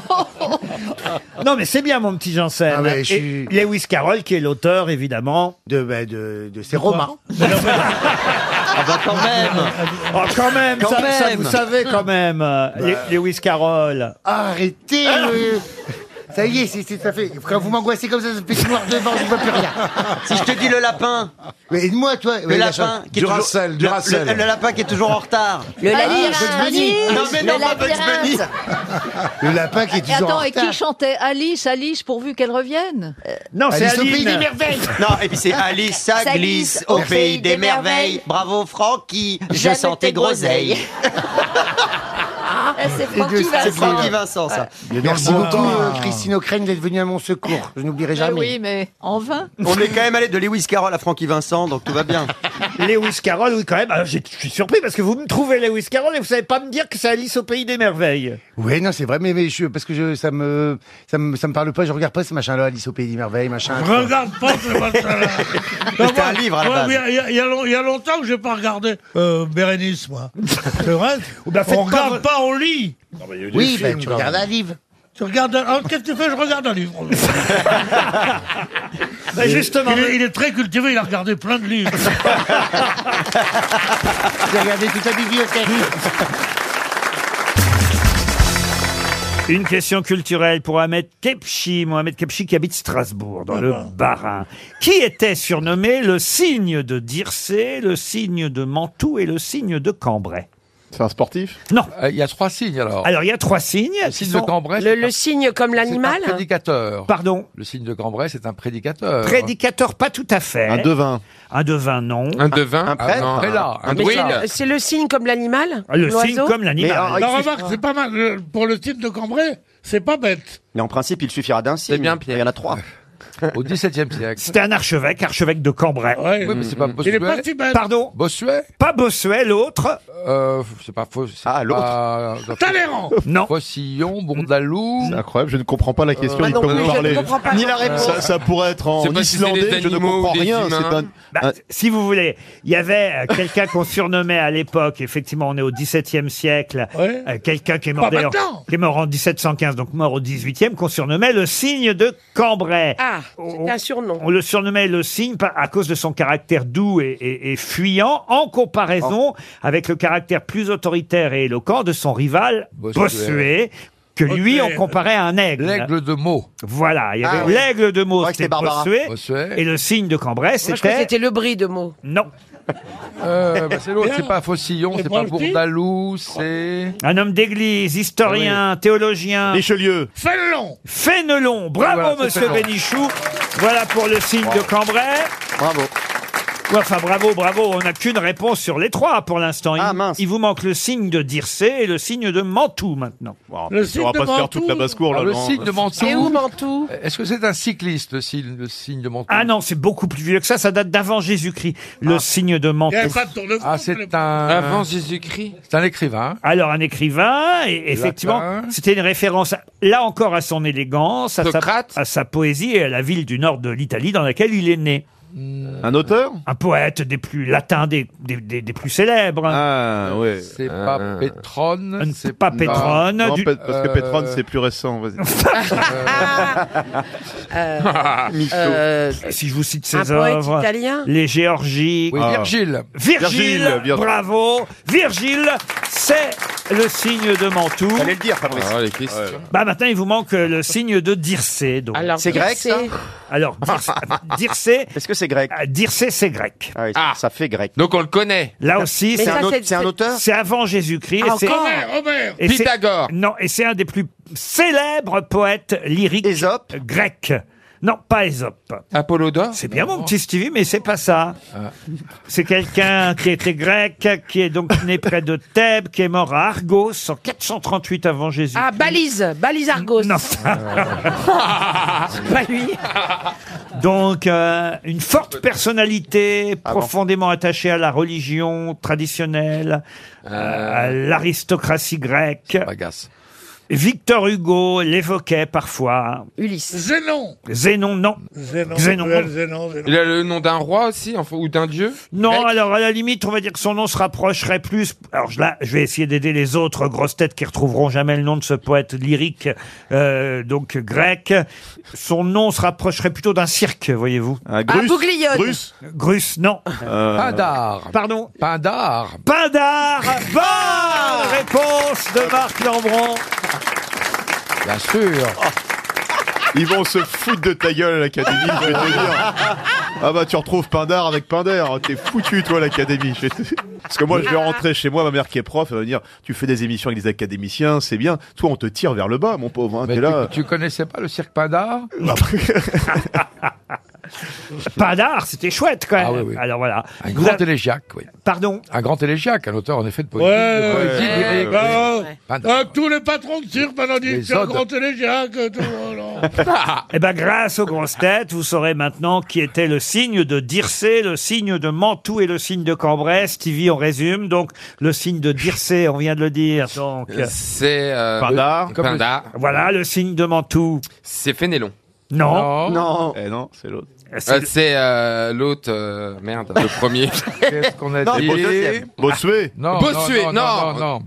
Non, mais c'est bien, mon petit Janssen. Ah ouais, Et je suis- Lewis Carroll, qui est l'auteur, évidemment. De, bah, de, de ses romans. Ah bah quand même. Oh, quand même, Quand ça, ça, même. vous savez, quand même, Bah. euh, Le- Lewis Carroll. Arrêtez euh, Ça y est, c'est- c'est ça fait. Quand vous m'angoissez comme ça, ça fait tout noir devant, je vois plus rien. Si je te dis le lapin. Mais aide-moi, toi. Le Ouais, la lapin chance. qui est toujours... le- Le, le lapin qui est toujours en retard. Ah, Le labyrinthe. Bugs Bunny. Alice, Non mais non, le pas Bugs Bunny. labyrinthe. Le lapin qui est Et toujours en attends, et retard. qui chantait Alice, Alice, pourvu qu'elle revienne Euh, Alice au pays des merveilles. Non, et puis c'est Alice, ça Ça glisse au pays des merveilles. Bravo Francky, je J'aime sens tes tes groseilles. Ah, groseilles. C'est Francky Vincent. Francky Vincent, ça. Il est dans Merci le bon beaucoup, temps. euh, Christine O'Crane, d'être venue à mon secours. Je n'oublierai Mais jamais. oui, mais en vain. On est quand même allé de Lewis Carroll à Francky Vincent, donc tout va bien. Lewis Carroll, oui, quand même. Alors, j'ai- je suis surpris parce que vous me trouvez Lewis Carroll et vous savez pas me dire que c'est Alice au pays des merveilles. Oui, non, c'est vrai, mais, mais je, parce que je, ça, me, ça me, ça me parle pas, je regarde pas ce machin-là, Alice au pays des merveilles, machin. Regarde pas ce machin-là. C'était un livre à la Ouais, base. mais Il y a- il y, a long- il y a longtemps que j'ai pas regardé euh, Bérénice, moi. C'est vrai faites On pas regarde vos- pas, on lit. y a eu des Oui, films, ben, tu quand regardes même. un livre. Tu regardes un... alors, Qu'est-ce que tu fais Je regarde un livre. Ben, justement. Il est, il est très cultivé, il a regardé plein de livres. J'ai regardé toute la bibliothèque. Une question culturelle pour Ahmed Kepchi. Mohamed Kepchi qui habite Strasbourg, dans le Bas-Rhin. Qui était surnommé le signe de Dircé, le signe de Mantoue et le signe de Cambrai C'est un sportif Non. Euh, Il y a trois signes alors. Alors, il y a trois signes. Le signe de Cambrai. Le, c'est le un- signe comme l'animal C'est un prédicateur. Pardon Le signe de Cambrai, c'est un prédicateur. Prédicateur, pas tout à fait. Un devin. Un devin, non. Un devin Un prêtre Ah, non, un là, un Mais Oui, c'est- là. C'est le signe comme l'animal Le signe l'oiseau comme l'animal. Mais, euh, Non, excuse- remarque, c'est pas mal. Le- Pour le titre de Cambrai, c'est pas bête. Mais en principe, il suffira d'un signe. bien, Il y en a trois. Au XVIIe siècle. C'était un archevêque, archevêque de Cambrai. Ouais. Oui, mais c'est pas Bossuet. Il est Ben. pas si bête. Pardon Mm, Bossuet Pas Bossuet, l'autre euh, C'est pas faux. Ah, l'autre Talleyrand Non. Faucillon, Bourdalou. C'est incroyable, je ne comprends pas la question, Euh, il moi peut non me plus, je parler. ne comprends pas. Euh, Ni la réponse. Ça, ça pourrait être en C'est pas si c'est islandais, des je ne animaux comprends ou des rien. humains. c'est un- Bah, Si vous voulez, il y avait euh, quelqu'un qu'on surnommait à l'époque, effectivement, on est au XVIIe siècle, Ouais. euh, quelqu'un qui est Pas mort d'ailleurs- maintenant. qui est mort en 1715, donc mort au XVIIIe, qu'on surnommait le signe de Cambrai. Ah, c'est un surnom. On le surnommait le cygne par- à cause de son caractère doux et, et- et fuyant, en comparaison Ah. avec le caractère plus autoritaire et éloquent de son rival Bossuet. Bossuet, que lui, Ok. on comparait à un aigle. L'aigle de Meaux. Voilà, il y avait Ah oui. l'aigle de Meaux, Ouais, c'était c'était Barbara. Bossuet, Bossuet. et le cygne de Cambrai, Moi, je crois que c'était... c'était le bris de mots. Non, Euh, bah, c'est l'autre, c'est pas Faucillon, C'est c'est pas pas le Bourdalou, c'est. Ah un homme d'église, historien, théologien... Richelieu. Fénelon Fénelon Bravo, Voilà, c'est monsieur Fénelon. Bénichou Voilà pour le cygne de Cambrai. Bravo. Ouais, Enfin, bravo, bravo. On n'a qu'une réponse sur les trois pour l'instant. Il, il vous manque le signe de Dircé et le signe de Mantoue maintenant. Le site va de pas se faire Mantoue. toute la basse-cour, là. Ah, le non. signe de Mantoue. C'est où Mantoue Est-ce que c'est un cycliste, le signe, le signe de Mantoue Ah non, c'est beaucoup plus vieux que ça. Ça date d'avant Jésus-Christ. Le signe de Il n'y avait Mantoue. pas de tour de Ah, c'est un. Avant Jésus-Christ C'est un écrivain. Alors, un écrivain, et effectivement, Latin. c'était une référence, là encore, à son élégance, à sa, Socrate. à sa poésie et à la ville du nord de l'Italie dans laquelle il est né. Euh, Un auteur Un poète des plus latins, des, des, des- des plus célèbres. Ah, ouais. C'est pas Pétrone. C'est pas Pétrone. Non, du- Pét- parce que Euh, Pétrone, c'est plus récent. Vas-y. Euh, Mytho. si je vous cite Euh, un ses poète œuvres, italien les Géorgiques, Oui, Ah. Virgile. Virgile, Virgile, Virgile. bravo, Virgile, c'est le signe de Mantoue. Fallait le dire, Fabrice. Ah, les questions. Bah maintenant il vous manque euh, le signe de Dircé. Donc. Alors, C'est grec, ça Dircé. Alors Dircé, Dircé, Est-ce que c'est grec euh, Dircé, c'est grec. ah, oui, Ah. Ça fait grec. Donc on le connaît. Là aussi Mais c'est ça, un- autre- c'est c'est un auteur c'est avant Jésus-Christ. Ah, et c'est- encore Robert, Robert et c'est- Pythagore. Non et c'est un des plus célèbres poètes lyriques Ésope grecs. Non, pas Ésope. Apollodore. C'est bien mon petit Stevie, mais c'est pas ça. Ah. C'est quelqu'un qui était grec, qui est donc né près de Thèbes, qui est mort à Argos en 438 avant Jésus. Ah, balise, balise Argos. Non. pas lui. Donc, euh, une forte personnalité, profondément attachée à la religion traditionnelle, euh, à l'aristocratie grecque. Agace. Victor Hugo l'évoquait parfois. Ulysse. Zénon Zénon, non. Zénon, Zénon. Zénon, Zénon, Zénon. Il a le nom d'un roi aussi, enfin, ou d'un dieu. Non, Grec. alors à la limite, on va dire que son nom se rapprocherait plus. Alors je- là, je vais essayer d'aider les autres grosses têtes qui retrouveront jamais le nom de ce poète lyrique, euh, donc grec. Son nom se rapprocherait plutôt d'un cirque, voyez-vous. Un Ah, Grus. Bouglione. Grus. Grus, non. Euh, Ah, Pindar. Pardon. Pindar. Pindar. Ah. Bonne réponse de Marc Lambron. Bien sûr. Ils vont se foutre de ta gueule à l'académie, je vais te dire. Ah bah tu retrouves Pindar avec Pindar, t'es foutu toi à l'académie. Je vais te- Parce que moi je vais rentrer chez moi, ma mère qui est prof, elle va me dire tu fais des émissions avec des académiciens, c'est bien. Toi on te tire vers le bas, mon pauvre. Hein, Mais t'es tu, là. tu connaissais pas le cirque Pindar Pindar, c'était chouette quand même. Ah oui, oui. Alors voilà. Un Vous grand avez- élégiaque, oui. Pardon Un grand élégiaque, un auteur en effet de poésie. de Ouais, poésie ouais, lyrique, bah, oui. euh, Pindar. euh, tous les patrons de cirque, maintenant, Les disent c'est un odes. grand téléjac. euh, tout, euh, non. Eh ben, grâce aux grosses têtes, vous saurez maintenant qui était le signe de Dircé, le signe de Mantoue et le signe de Cambrai. Stevie, on résume. Donc, le signe de Dircé, on vient de le dire. Donc, C'est. euh, Pindar. comme le- Pindar. Voilà, le signe de Mantoue. C'est Fénélon. Non. Non. Eh non, c'est l'autre. Euh, C'est euh, l'autre. euh, merde, le premier. Qu'est-ce qu'on a dit Ah. Bossuet Non, Bossuet, non, non, non, non, non.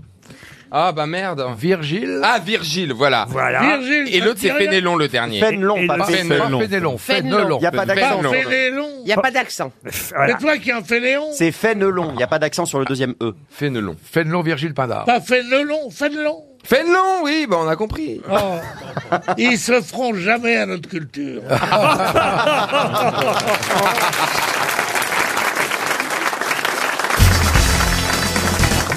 Ah bah merde. Virgile. Ah, Virgile, voilà. Voilà. Virgile, Et l'autre, ça c'est me dit rien. Fénélon, le dernier. Fénelon, pas Fénelon. Fénelon. Fénelon, Fénelon. Y a pas d'accent. Fénelon. Fénélon. Il n'y a pas d'accent. C'est toi qui en fais Léon C'est Fénelon, il n'y a pas d'accent sur le deuxième E. Fénelon. Fénelon, Virgile Pindar. T'as fait le long, fait le long. Fénelon, oui, bah on a compris. Oh. Ils se feront jamais à notre culture. Ah.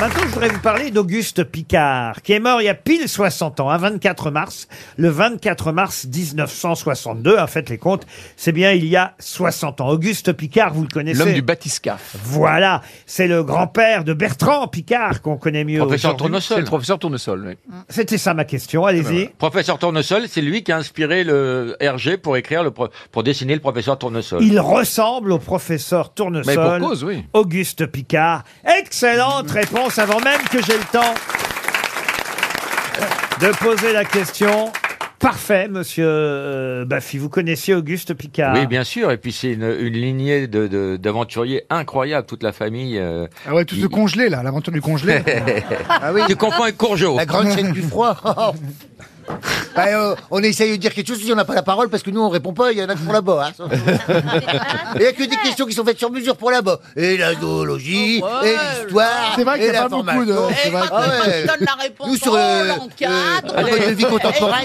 Maintenant, je voudrais vous parler d'Auguste Picard, qui est mort il y a pile 60 ans, un 24 mars, le 24 mars 1962. En fait, les comptes, c'est bien il y a 60 ans. Auguste Picard, vous le connaissez. L'homme du batiscaf. Voilà, c'est le grand-père de Bertrand Picard qu'on connaît mieux. Professeur aujourd'hui. Tournesol. C'est le professeur Tournesol, oui. C'était ça ma question, Ah ben allez-y. Professeur Tournesol, c'est lui qui a inspiré le RG pour écrire le pro- pour dessiner le professeur Tournesol. Il ressemble au professeur Tournesol. Mais pour cause, oui. Auguste Picard. Excellente réponse avant même que j'ai le temps de poser la question. Parfait, monsieur euh, Baffy. Vous connaissiez Auguste Picard Oui, bien sûr. Et puis c'est une, une lignée de- de- d'aventuriers incroyables, toute la famille. euh, Ah ouais, tout ce congelé là, l'aventure du congelé. Ah oui. Tu confonds avec Courgeot. La grande chaîne du froid. Bah, euh, on essaye de dire quelque chose si on n'a pas la parole parce que nous on répond pas, il y en a qui font là-bas. hein. Il n'y a que des questions qui sont faites sur mesure pour là-bas. Et la zoologie, et l'histoire, C'est vrai qu'il et y a la pas beaucoup de- formation. Eh, c'est vrai que- Ah ouais. Nous sur euh, euh, le mode de vie Eh, contemporain.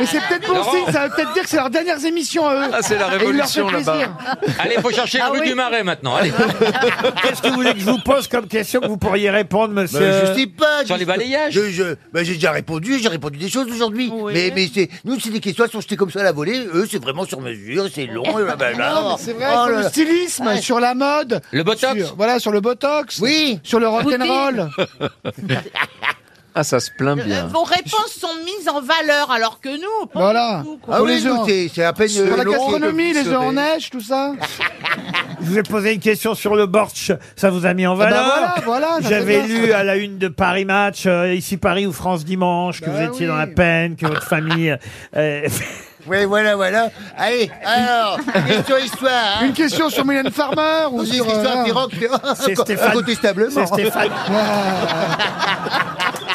Mais c'est peut-être bon Laurent. signe, ça veut peut-être dire que c'est leurs dernières émissions à eux. Ah, c'est la Et il leur révolution fait plaisir. là-bas. Allez, faut chercher la rue du Marais maintenant. Allez. Ah Qu'est-ce que vous voulez que je vous pose comme question que vous pourriez répondre, monsieur Bah, je sais pas. Sur je- les balayages je- je- bah, J'ai déjà répondu, j'ai répondu des choses aujourd'hui. Mais, mais c'est- nous, c'est des questions qui sont jetées comme ça à la volée. Eux, c'est vraiment sur mesure, c'est long. et blablabla. Non, mais c'est vrai, Oh sur là le là. stylisme, Ouais. sur la mode. Le botox. sur- voilà, sur le botox. Oui. Sur le rock'n'roll. Ah, ça se plaint bien. Vos réponses sont mises en valeur alors que nous. pas Voilà. du tout, quoi. Ah Pour oui, les gens. nous, c'est c'est à peine. Sur euh, la long, gastronomie, euh, les œufs en neige, tout ça. Je vous ai posé une question sur le bortsch. Ça vous a mis en Ah bah valeur. voilà, voilà, ça J'avais fait bien. lu à la une de Paris Match, euh, ici Paris ou France Dimanche, que Bah vous étiez dans la peine, que votre famille. euh, Oui, voilà, voilà. Allez, alors, question histoire. hein. Une question sur Mylène Farmer ou Une sur. euh, histoire là. qui rock, mais- C'est Stéphane. Incontestablement. C'est Stéphane.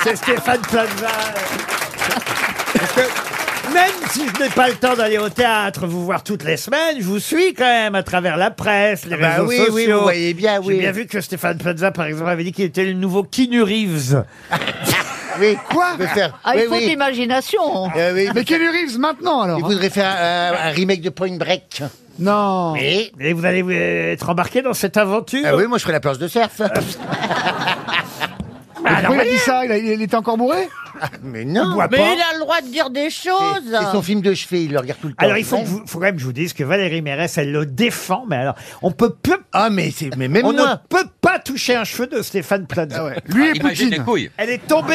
C'est Stéphane Plaza. euh. Parce que Même si je n'ai pas le temps d'aller au théâtre, vous voir toutes les semaines, je vous suis quand même à travers la presse, les Ah bah réseaux oui, oui, sociaux. vous voyez bien, oui. J'ai bien vu que Stéphane Plaza, par exemple, avait dit qu'il était le nouveau Keanu Reeves. Ah Oui, Quoi je vais faire. Ah, oui, il faut oui. de l'imagination. Euh, oui, Mais Kenny Reeves maintenant alors Il voudrait faire euh, un remake de Point Break. Non. Et Et vous allez euh, être embarqué dans cette aventure Ah. Ah oui, moi je ferais la planche de surf. Pourquoi il a dit ça il, a- il était encore bourré mais On non. boit Mais pas. il a le droit de dire des choses. C'est son film de chevet, il le regarde tout le temps. Alors, il faut, que vous- faut quand même que je vous dise que Valérie Mérès, elle le défend, mais alors, on peut peu- Ah, mais, c'est- mais même on ne moi. Ah peut pas toucher un cheveu de Stéphane Plaza. Lui et Imagine les Poutine. couilles. Elle est tombée,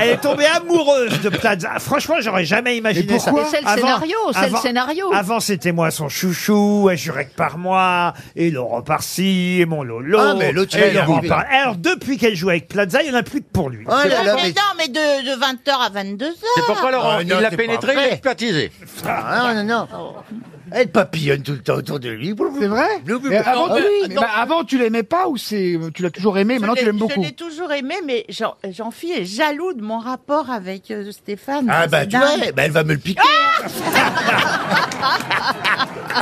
elle est tombée amoureuse de Plaza. Ah, Franchement, j'aurais jamais imaginé Et ça. pourquoi C'est le scénario, c'est le scénario. Avant, c'était moi son chouchou, et Jurek par moi, et Laurent par-ci, et mon Lolo. Ah, mais l'autre, et il a Laurent arrivé. par Alors, depuis qu'elle joue avec Plaza, il n'y en a plus que pour lui. Oh là là, mais, mais. non, mais de, 20h à 22h. C'est pourquoi Laurent, Ah, non, il l'a c'est pas pénétré, il vrai. l'a expertisé. Ah, non, non, non. Elle papillonne tout le temps autour de lui. C'est vrai Blou, blou, Mais blou. avant, Ah tu, oui, mais non. bah, avant, tu l'aimais pas ou c'est tu l'as toujours aimé Maintenant, tu l'aimes Je beaucoup. l'ai toujours aimé, mais Jean- Jean-Phi est jaloux de mon rapport avec euh, Stéphane. Ah, bah C'est tu dingue. vois, bah, elle va me le piquer.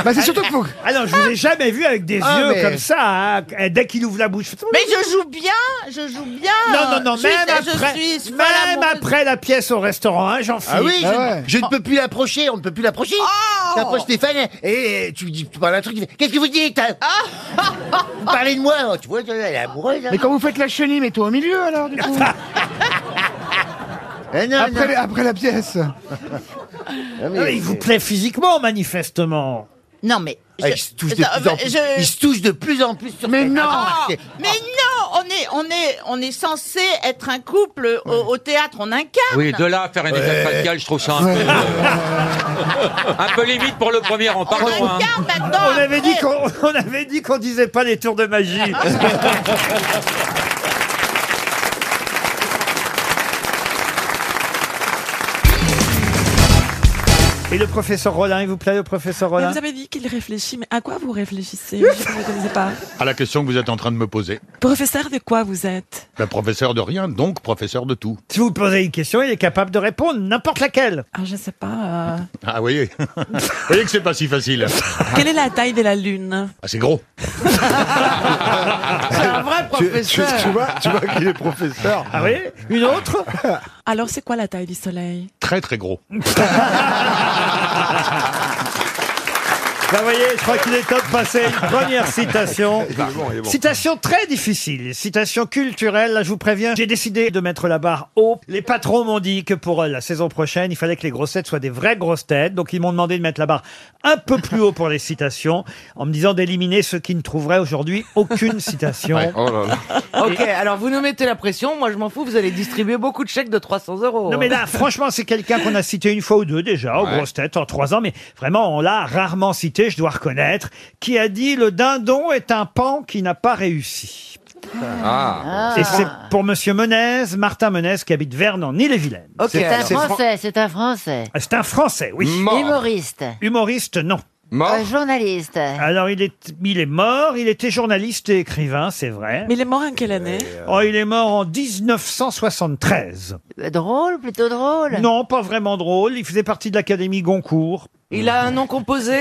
Bah, c'est surtout qu'il faut. Ah non, je vous ai jamais vu avec des Ah, yeux mais- comme ça, hein. dès qu'il ouvre la bouche. Mais je joue bien, je joue bien. Non, non, non, Je suis- même après, Je suis folle même amoureuse. après Eh, la pièce au restaurant, hein, j'en Ah oui, je, ouais. je ne peux plus l'approcher, on ne peut plus l'approcher. Oh T'approches Stéphane et euh, tu lui dis, tu parles un truc, il fait, qu'est-ce que vous dites hein Ah Vous parlez de moi, hein, tu vois, elle est amoureuse. hein. Mais quand vous faites la chenille, mets-toi au milieu alors du coup. Eh non, non. après, après la pièce. Ah, mais- Il vous plaît physiquement, manifestement. Non, mais. Ah, il se touche de ça, plus en euh, plus. je- Il se touche de plus en plus sur Mais cette- non Ah, remarquez. Mais non On est, on, est, on est censé être un couple au, au théâtre, on incarne Oui, de là à faire une étape faciale, je trouve ça un peu... euh, un peu limite pour le premier rang, pardon. hein. On avait dit qu'on on avait dit qu'on disait pas les tours de magie. Et le professeur Rollin, il vous plaît le professeur Mais Rollin vous avez dit qu'il réfléchit, mais à quoi vous réfléchissez Je ne reconnaissais pas. À la question que vous êtes en train de me poser. Professeur de quoi vous êtes Ben, professeur de rien, donc professeur de tout. Si vous posez une question, il est capable de répondre n'importe laquelle. Ah, je ne sais pas. euh, Ah, vous voyez. vous voyez que c'est pas si facile. Quelle est la taille de la Lune Ah, c'est gros. C'est un vrai professeur. qu'il est professeur. Ah oui Une autre Alors, c'est quoi la taille du Soleil Très, très gros. Ah Là, vous voyez, je crois qu'il est temps de passer à une première citation. Il est bon, il est bon. Citation très difficile, citation culturelle, là je vous préviens, j'ai décidé de mettre la barre haut. Les patrons m'ont dit que pour euh, la saison prochaine, il fallait que les grosses têtes soient des vraies grosses têtes, donc ils m'ont demandé de mettre la barre un peu plus haut pour les citations, en me disant d'éliminer ceux qui ne trouveraient aujourd'hui aucune citation. Ouais, oh là là. Ok, Et- alors vous nous mettez la pression, moi je m'en fous, vous allez distribuer beaucoup de chèques de 300 euros. hein. Non mais là, franchement, c'est quelqu'un qu'on a cité une fois ou deux déjà, aux Ouais. grosses têtes, en trois ans, mais vraiment, on l'a rarement cité, je dois reconnaître, qui a dit « Le dindon est un pan qui n'a pas réussi ». Ah. Et c'est pour Monsieur Menez, Martin Menez, qui habite Verne en Ille-et-Vilaine. C'est un français, c'est un français. Ah, C'est un français, oui. Humoriste. Humoriste, non. Euh, journaliste. Alors, il est, il est mort, il était journaliste et écrivain, c'est vrai. Mais il est mort en quelle année Oh, il est mort en 1973. Euh, Drôle, plutôt drôle. Non, pas vraiment drôle. Il faisait partie de l'Académie Goncourt. Il a un nom composé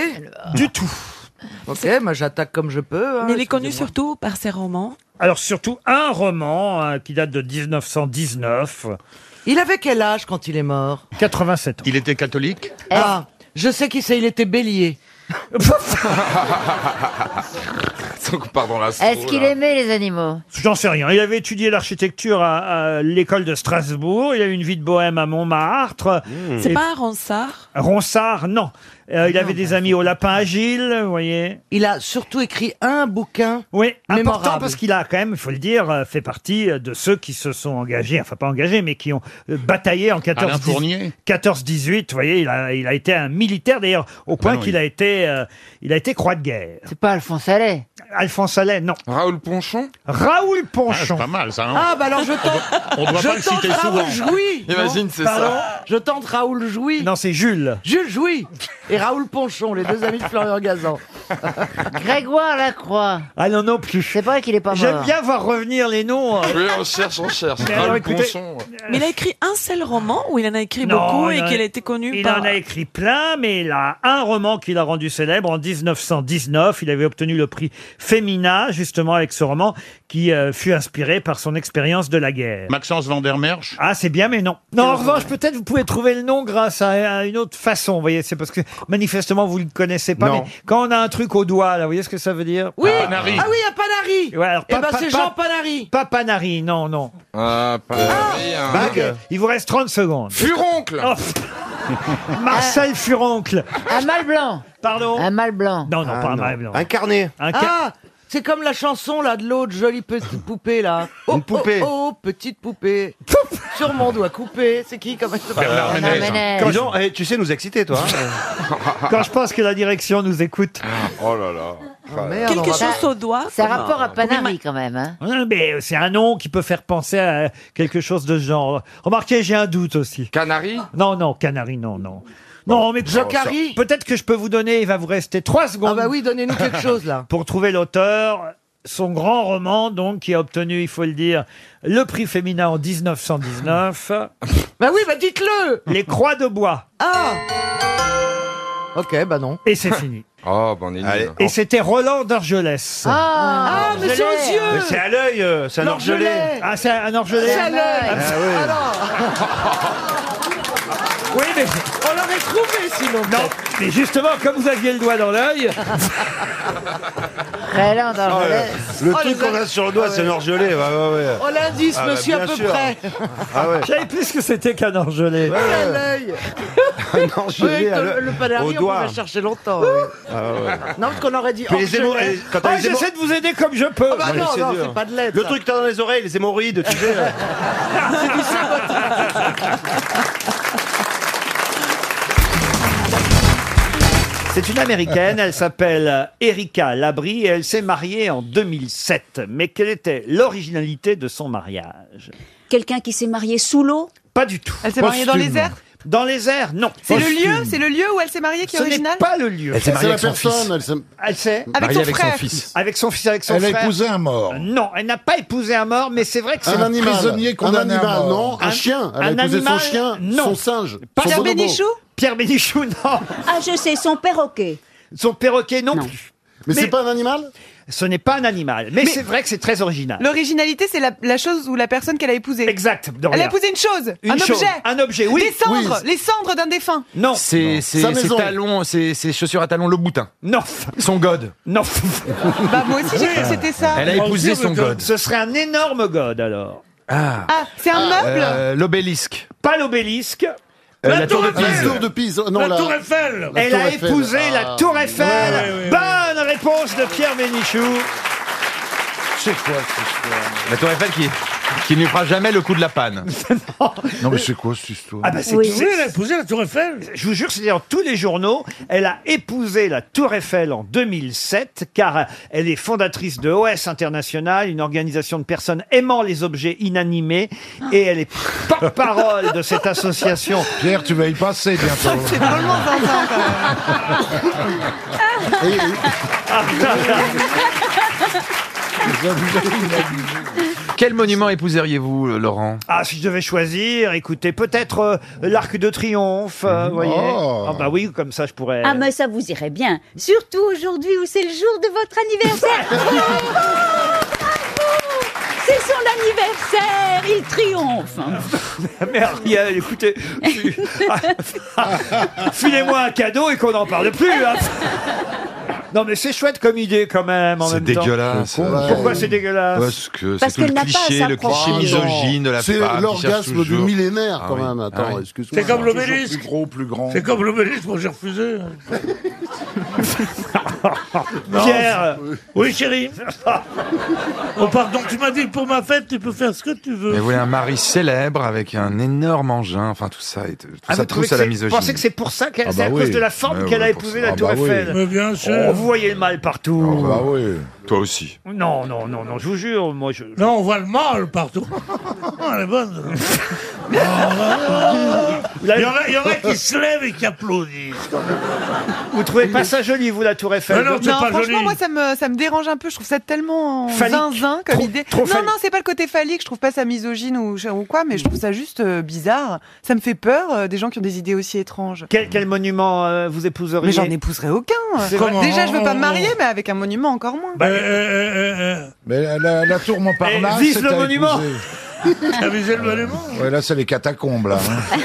Du tout. Ok, moi j'attaque comme je Ah, peux. hein, Mais il est connu excusez-moi. surtout par ses romans. Alors, surtout un roman hein, qui date de 1919. Il avait quel âge quand il est mort 87 ans. Il était catholique Ah, je sais qui c'est, il était bélier. Donc, pardon, là. Est-ce qu'il aimait les animaux J'en sais rien. Il avait étudié l'architecture à, à l'école de Strasbourg. Il a eu une vie de bohème à Montmartre. Hmm. C'est Mhm. Et- pas Ronsard Ronsard, non. Euh, Ah il avait des amis au Lapin Agile, vous voyez. bah, Il a surtout écrit un bouquin. Oui, important mémorable. parce qu'il a quand même, il faut le dire, euh, fait partie euh, de ceux qui se sont engagés, enfin pas engagés, mais qui ont euh, bataillé en 14 Alain Fournier. 14-18. Vous voyez, il a, il a été un militaire d'ailleurs au point Ah non, qu'il a été, euh, il a été croix de guerre. C'est pas Alphonse Allais. Alphonse Allais, non. Raoul Ponchon Ah, Raoul Ponchon. Pas mal ça, non Ah, bah alors je tente. On doit je pas le tente citer Raoul souvent. Jouy. non Imagine, c'est ça. Pardon Je tente Raoul Jouy. Non, c'est Jules. Jules Jouy et Raoul Ponchon, les deux amis de Florian Gazan. Grégoire Lacroix. Ah non, non plus. C'est vrai qu'il est pas mort. J'aime bien voir revenir les noms. euh. Oui, on cherche, on cherche. Mais alors, écoutez, Mais il a écrit un seul roman ou il en a écrit Non, beaucoup il et en a- qu'il a été connu Il par... en a écrit plein, mais il a un roman qu'il a rendu célèbre en 1919. Il avait obtenu le prix Femina, justement, avec ce roman qui euh, fut inspiré par son expérience de la guerre. Maxence Vandermeersch Ah, c'est bien, mais non. Non, en revanche, peut-être vous pouvez trouver le nom grâce à, à une autre façon. Vous voyez, c'est parce que manifestement, vous ne le connaissez pas. Non. Mais quand on a un truc au doigt, là, vous voyez ce que ça veut dire Oui, ah, Panari. oui, à Panari. Ouais, alors, eh pas- ben pas- c'est pas- Jean Panari. Pas Panari, non, non. Ah, pas... Bague. Il vous reste 30 secondes. Furoncle Oh, Marcel Furoncle. Un mâle blanc. Pardon Un mâle blanc. Non, non, pas un mâle blanc. carnet. Un ca- ah, c'est comme la chanson là de l'autre jolie petite poupée là. Oh, Une poupée. Oh, oh, petite poupée. Sur mon doigt coupé. C'est qui comment elle s'appelle Bernard Bernard Ménez. Ménez. Dis donc, eh, tu sais nous exciter, toi. hein. Quand je Ah, pense que la direction nous écoute. Ah, Oh là là. Merde, on Quelque va- chose au doigt. C'est un comme- rapport à Panari quand même. hein. Ah, Mais c'est un nom qui peut faire penser à quelque chose de ce genre. Remarquez, j'ai un doute aussi. Canari Non, non, Canary, non, non. Non, mais Jacari peut-être que je peux vous donner, il va vous rester trois secondes Ah bah oui, donnez-nous quelque chose là. pour trouver l'auteur. Son grand roman, donc, qui a obtenu, il faut le dire, le prix féminin en 1919, Bah oui, bah dites-le. Les Croix de Bois. Ah. Ok, bah non. Et c'est fini. Oh, bah, bon, on est nul. Et c'était Roland d'Argelès. Ah, mais c'est aux Mais yeux. c'est à l'œil, euh, c'est un orgelet. Ah, c'est un orgelais C'est à l'œil. bah. Ah oui. Oui, mais, On l'aurait trouvé sinon. non, mais justement, comme vous aviez le doigt dans l'œil, Très lent dans le Ah, relais. ouais. Le Oh, truc les qu'on a sur le doigt, c'est un orgelet. Ouais, ouais, ouais. Oh l'indice, Ah, bah, monsieur, à bien peu sûr. près. Ah ouais. oh j'avais plus ce que c'était qu'un orgelais. C'est à l'œil. vraiment gelé Avec à le, le- le pain d'arrière, au on doigt. va chercher longtemps. oui. Ah, Non, parce qu'on aurait dit. Puis les hémorroïdes- eh, quand Ah, on les hémorroïdes- Ah, J'essaie de vous aider comme je peux. Ah bah non, non, c'est pas de l'aide, Le ça. truc que t'as dans les oreilles, les hémorroïdes, tu sais. euh. C'est du sabotage. C'est une américaine, elle s'appelle Erika Labrie et elle s'est mariée en 2007. Mais quelle était l'originalité de son mariage Quelqu'un qui s'est marié sous l'eau Pas du tout. Elle s'est mariée dans les airs Dans les airs, non. C'est le Posthume. lieu C'est le lieu où elle s'est mariée qui est Ce n'est original pas le lieu. Elle s'est mariée C'est la avec son personne, fils. Elle s'est. Avec mariée son avec son frère. fils. Avec son fils, avec son Elle a frère. épousé un mort. Non, elle n'a pas épousé un mort, mais c'est vrai que c'est Un animal. Un condamné à animal, mort. non, un chien. Elle a épousé son chien, non. son singe, Pas son Pierre bonobo. Bénichou Pierre Bénichou, non. Ah, je sais, son perroquet. Son perroquet, non, plus. Mais c'est pas un animal Ce n'est pas un animal. Mais, c'est vrai que c'est très original. L'originalité, c'est la, la chose ou la personne qu'elle a épousée. Exact. Dorian. Elle a épousé une chose, Une un chose, objet. un objet, oui. Des cendres, Oui. les cendres d'un défunt. Non. C'est c'est- Sa ses maison. talons, ses ses chaussures à talons, le boutin. Non. Son god. Non. Bah, moi aussi, j'ai cru que c'était ça. Elle a épousé son god. Ce serait un énorme god alors. Ah. Ah, c'est un meuble Euh, L'obélisque. Pas l'obélisque. Euh, la La tour tour de Eiffel. Pise, tour de Pise. oh, Non, la- la Elle tour a Eiffel. épousé Ah. la Tour Eiffel. Ouais, ouais, ouais, ouais. Bonne réponse de Pierre Bénichou. C'est quoi La tour Eiffel qui, qui ne fera jamais le coup de la panne. Non, mais c'est quoi cette histoire Ah bah c'est Oui. c'est- Oui, elle a épousé la Tour Eiffel. Je vous jure, c'est dans tous les journaux. Elle a épousé la Tour Eiffel en 2007, car elle est fondatrice de OS International, une organisation de personnes aimant les objets inanimés, et elle est porte-parole de cette association. Pierre, tu vas y passer bientôt. C'est vraiment zinzin, quand même. Quel monument épouseriez-vous, euh, Laurent Ah, si je devais choisir, écoutez, peut-être euh, l'Arc de Triomphe, euh, Mhm. vous voyez. Oh. Ah bah oui, comme ça je pourrais. Ah, mais ça vous irait bien. Surtout aujourd'hui où c'est le jour de votre anniversaire. Bravo, bravo. C'est son anniversaire, il triomphe. Mais Ariel, euh, écoutez, tu- Ah, filez-moi un cadeau et qu'on n'en parle plus. hein. Non mais c'est chouette comme idée quand même. en C'est même temps. dégueulasse. Pourquoi Ouais. c'est dégueulasse Parce que Parce c'est tout le qu'elle n'a pas cliché, à le cliché s'approprier. misogyne de la Oh, C'est femme. qui cherche l'orgasme du toujours. millénaire, Ah quand oui. même. Attends, Ah oui. excuse-moi. C'est comme Toujours l'obélisque. Plus gros, plus grand. C'est comme l'obélisque, moi j'ai refusé. Non. Pierre Oui, chérie. Oh, pardon, tu m'as dit que pour ma fête, tu peux faire ce que tu veux. Mais hein. vous voulez un mari célèbre avec un énorme engin, enfin tout ça, et tout Ah, vous ça trouvez trousse que à la c'est- misogynie. Vous pensez que c'est pour ça qu'elle Ah c'est à bah cause oui. de la forme Ouais, qu'elle a ouais, pour épousé ça. la Ah Tour bah oui. Eiffel Mais bien sûr. Oh, vous voyez le mal partout. Toi aussi. Non, non, non, non, je vous jure, moi je. Non, on voit le mal partout. Elle est bonne. Oh, là, là. Ah. Il y en a- il y en a qui se lèvent et qui applaudissent. quand même. Vous trouvez pas ça joli, vous, la Tour Eiffel Mais non, c'est Non, pas franchement, joli. moi, ça me, ça me dérange un peu. Je trouve ça tellement Phallique. zinzin comme Trop- idée. trop non, phallique. non, c'est pas le côté phallique. Je trouve pas ça misogyne ou, ou quoi, mais je trouve ça juste euh, bizarre. Ça me fait peur, euh, des gens qui ont des idées aussi étranges. Quel, quel monument euh, vous épouseriez Mais j'en épouserai aucun. C'est vrai. Déjà, je veux Oh. pas me marier, mais avec un monument encore moins. Ben, euh, euh, euh, Bah, Mais la, la- la tour Montparnasse. Eh, vise c'est le à monument. épouser. euh, t'as visé le monument Ouais, là, c'est les catacombes, là. hein.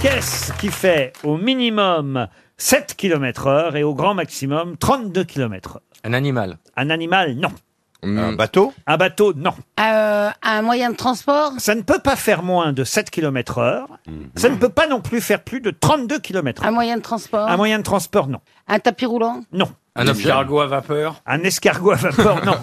Qu'est-ce qui fait au minimum 7 km heure et au grand maximum 32 km heure Un animal. Hmm. Un animal, non. Un bateau Un bateau, non. Euh, un moyen de transport Ça ne peut pas faire moins de 7 km heure. Mhm. Ça ne peut pas non plus faire plus de 32 km Un heure. moyen de transport Un moyen de transport, non. Ah Un tapis roulant Non. Un escargot à vapeur. Un escargot à vapeur, non.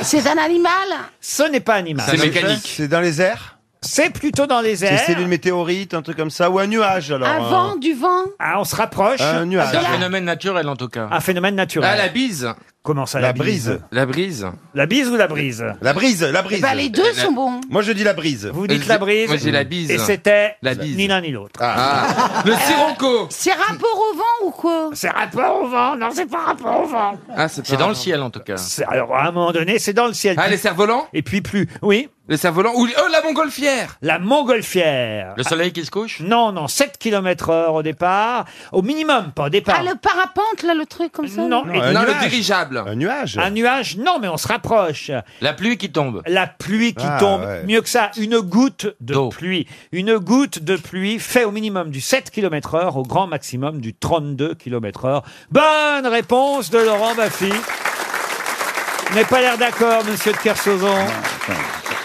C'est un animal Ce n'est pas animal. C'est mécanique. C'est dans les airs C'est plutôt dans les C'est airs. c'est d'une météorite, un truc comme ça, ou un nuage alors. Un hein. vent, du vent Ah, on se rapproche. Un nuage. C'est un phénomène naturel en tout cas. Un phénomène naturel. Ah, la bise. Comment ça, la, La brise. La brise. La bise ou la brise La brise, la Eh brise. ben, les deux La- sont bons. Moi je dis la brise. Vous dites Euh, la brise. moi, j'ai la bise. Et c'était La bise. Ah. ni l'un ni l'autre. Ah. Le sirocco. Euh, C'est rapport au vent ou quoi C'est rapport au vent. Non, c'est pas rapport au vent. Ah, C'est dans le ciel en tout cas. C'est- Alors, à un moment donné, c'est dans le ciel. Ah, les cerfs-volants Et puis plus, oui, Les cerfs-volants ou oh, la montgolfière la montgolfière. Le soleil qui se couche Non, non, 7 km heure au départ. Au minimum, pas au départ. Ah, le parapente, là, le truc comme ça Non, là. et- Un Non, le nuage. dirigeable. Un nuage. un nuage, non, mais on se rapproche. La pluie qui tombe. La pluie qui Ah, tombe, ouais. mieux que ça, une goutte de D'eau. pluie. Une goutte de pluie fait au minimum du 7 km heure, au grand maximum du 32 km heure. Bonne réponse de Laurent Baffy. Vous n'avez pas l'air d'accord, monsieur de Kersauzon.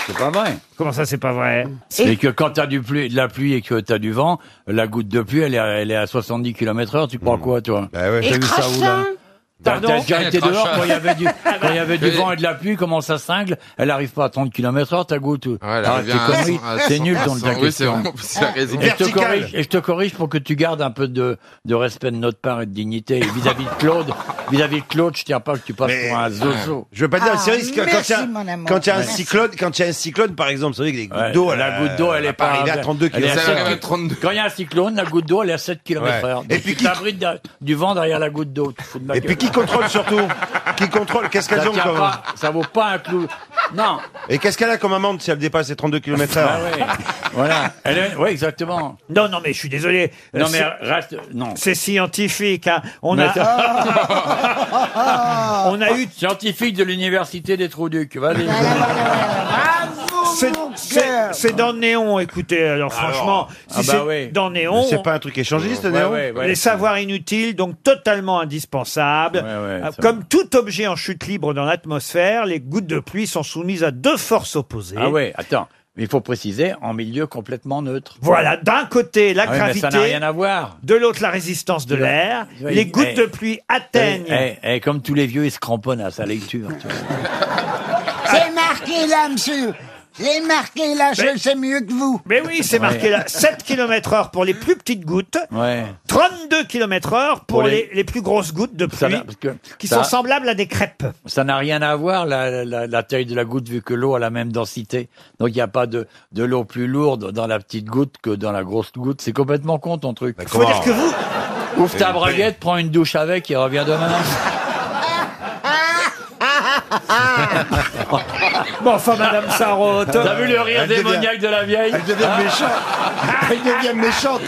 C'est pas vrai. Comment ça, c'est pas vrai C'est que quand t'as du pluie, de la pluie et que t'as du vent, la goutte de pluie, elle est, à- elle est à 70 km heure, tu Hmm. prends quoi, toi Bah Et T'as vu ça où, là crachin T'as Pardon t'as déjà été Crachin. dehors quand il y avait du, quand il y avait du Oui. vent et de la pluie, comment ça cingle Elle arrive pas à 30 km heure, ta goutte. ou- elle Arrête revient tes à conneries. 100, à C'est 100, nul ton à 100, ta oui, question. c'est vraiment- c'est la raison. Et je, te Vertical. corrige, et je te corrige pour que tu gardes un peu de, de respect de notre part et de dignité. Et Vis-à-vis de Claude, vis-à-vis de Claude, je tiens pas que tu passes pour un zozo. Je veux pas dire, Ah, c'est risque quand merci, il y a- mon amour. quand il y a un Merci. cyclone, quand il y a un cyclone, par exemple, c'est vrai que les gouttes Ouais, d'eau, la euh, goutte d'eau, elle est pas arrivée à 32 elle est à km 7 Quand il y a un cyclone, la goutte d'eau, elle est à 7 km Ouais. heure. Et Et puis, tu t'abrites derrière- du vent derrière la goutte d'eau. tu te fous de ma Et gueule. puis qui contrôle surtout Qui contrôle Qu'est-ce qu'elles Ça ont tient comme pas, Ça vaut pas un clou. Non. Et qu'est-ce qu'elle a comme amende si elle dépasse les 32 km/h Ah ouais. Voilà. Elle est- ouais, exactement. Non, non, mais je suis désolé. Non, Euh, mais c'est- reste. Non. C'est scientifique. hein. On, Mais a, Ah, On a eu. Scientifique de l'université des Trous-Ducs. Vas-y. C'est- c'est- C'est dans Néon, écoutez, alors Alors, franchement, si ah bah c'est oui. dans Néon... Mais c'est pas un truc échangiste, Ouais, Néon ouais, ouais. Ouais. Les savoirs inutiles, donc totalement indispensables. Euh, ça Comme tout objet en chute libre dans l'atmosphère, les gouttes de pluie sont soumises à deux forces opposées. Ah ouais, attends. Mais il faut préciser, en milieu complètement neutre. Voilà, d'un côté, la Ah oui, mais gravité, ça n'a rien à voir. de l'autre, la résistance de Tu vois. l'air. Tu vois, Les il- gouttes eh. de pluie atteignent... Eh, eh, comme tous les vieux, ils se cramponnent à sa lecture. tu vois. Ah. C'est marqué là, monsieur. C'est marqué là, je le sais mieux que vous. Mais oui, c'est marqué là. 7 km heure pour les plus petites gouttes. Ouais. 32 km heure pour, Pour les- les... les plus grosses gouttes de Ça pluie n'a- parce que qui ça- sont semblables à des crêpes. Ça n'a rien à voir, la, la- la taille de la goutte, vu que l'eau a la même densité. Donc il n'y a pas de, de l'eau plus lourde dans la petite goutte que dans la grosse goutte. C'est complètement con ton truc. Faut dire que vous... Ouvre ta braguette, prends une douche avec et reviens demain. Ah, Bon, enfin, Madame Sarraute. T'as vu le rire Elle devient- démoniaque de la vieille elle devient Hein méchante. Elle devient méchante.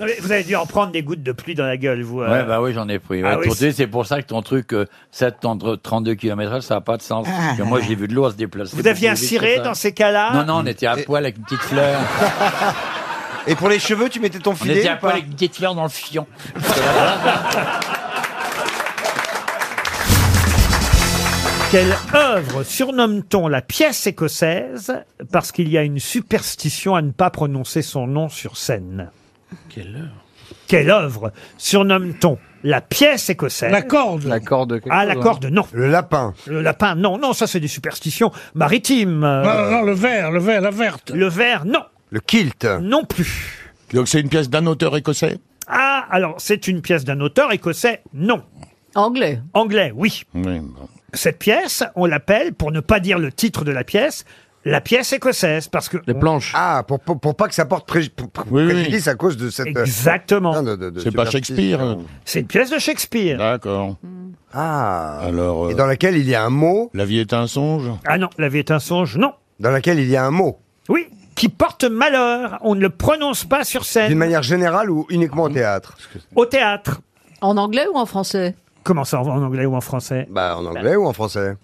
Ah. vous avez dû en prendre des gouttes de pluie dans la gueule, vous. euh. Ouais, bah oui, j'en ai pris. ouais. Ah oui, Pour dire, c'est pour ça que ton truc, euh, 7, 32 km/h, ça n'a pas de sens. Parce que moi, j'ai vu de l'eau se déplacer. Ah. Vous aviez un beaucoup vite, ciré c'est ça. dans ces cas-là Non, non, on était à poil avec une petite fleur. Et pour les cheveux, tu mettais ton On filet était à ou pas poil avec une petite fleur dans le fion. Quelle œuvre surnomme-t-on la pièce écossaise parce qu'il y a une superstition à ne pas prononcer son nom sur scène Quelle heure Quelle œuvre surnomme-t-on la pièce écossaise La corde. La corde. quelque Ah, la chose, corde, non. Le lapin. Le lapin, non. Non, ça, c'est des superstitions maritimes. Non, non, le verre, le verre, la verte. Le verre, non. Le kilt. Non plus. Donc, c'est une pièce d'un auteur écossais Ah, alors, c'est une pièce d'un auteur écossais, non. Anglais. Anglais, oui. Cette pièce, on l'appelle, pour ne pas dire le titre de la pièce, la pièce écossaise, parce que... Les planches. Ah, pour, pour, pour pas que ça porte pré- pour- pour préjudice à cause de cette. euh, Exactement. C'est pas Shakespeare, euh. C'est une pièce de Shakespeare. D'accord. Ah. Alors. Et dans laquelle il y a un mot. La vie est un songe. Ah non, la vie est un songe, non. Dans laquelle il y a un mot. Oui, qui porte malheur. On ne le prononce pas sur scène. Ah D'une manière générale ou uniquement au théâtre Au théâtre. En anglais ou en français Comment ça, en anglais ou en français Bah, en anglais ou en français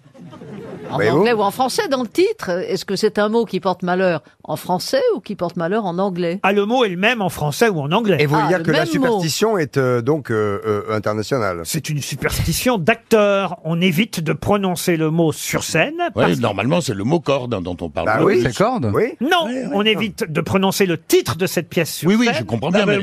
En Voyez-vous anglais ou en français dans le titre Est-ce que c'est un mot qui porte malheur en français ou qui porte malheur en anglais Ah, le mot est le même en français ou en anglais. Et vous voulez Ah, dire le que la même mot. superstition est euh, donc euh, euh, internationale C'est une superstition d'acteur. On évite de prononcer le mot sur scène. parce- normalement, c'est le mot corde hein, dont on parle. Bah le oui. plus. C'est corde Oui. Non, on évite de prononcer le titre de cette pièce sur Oui, oui, scène. je comprends bien. mais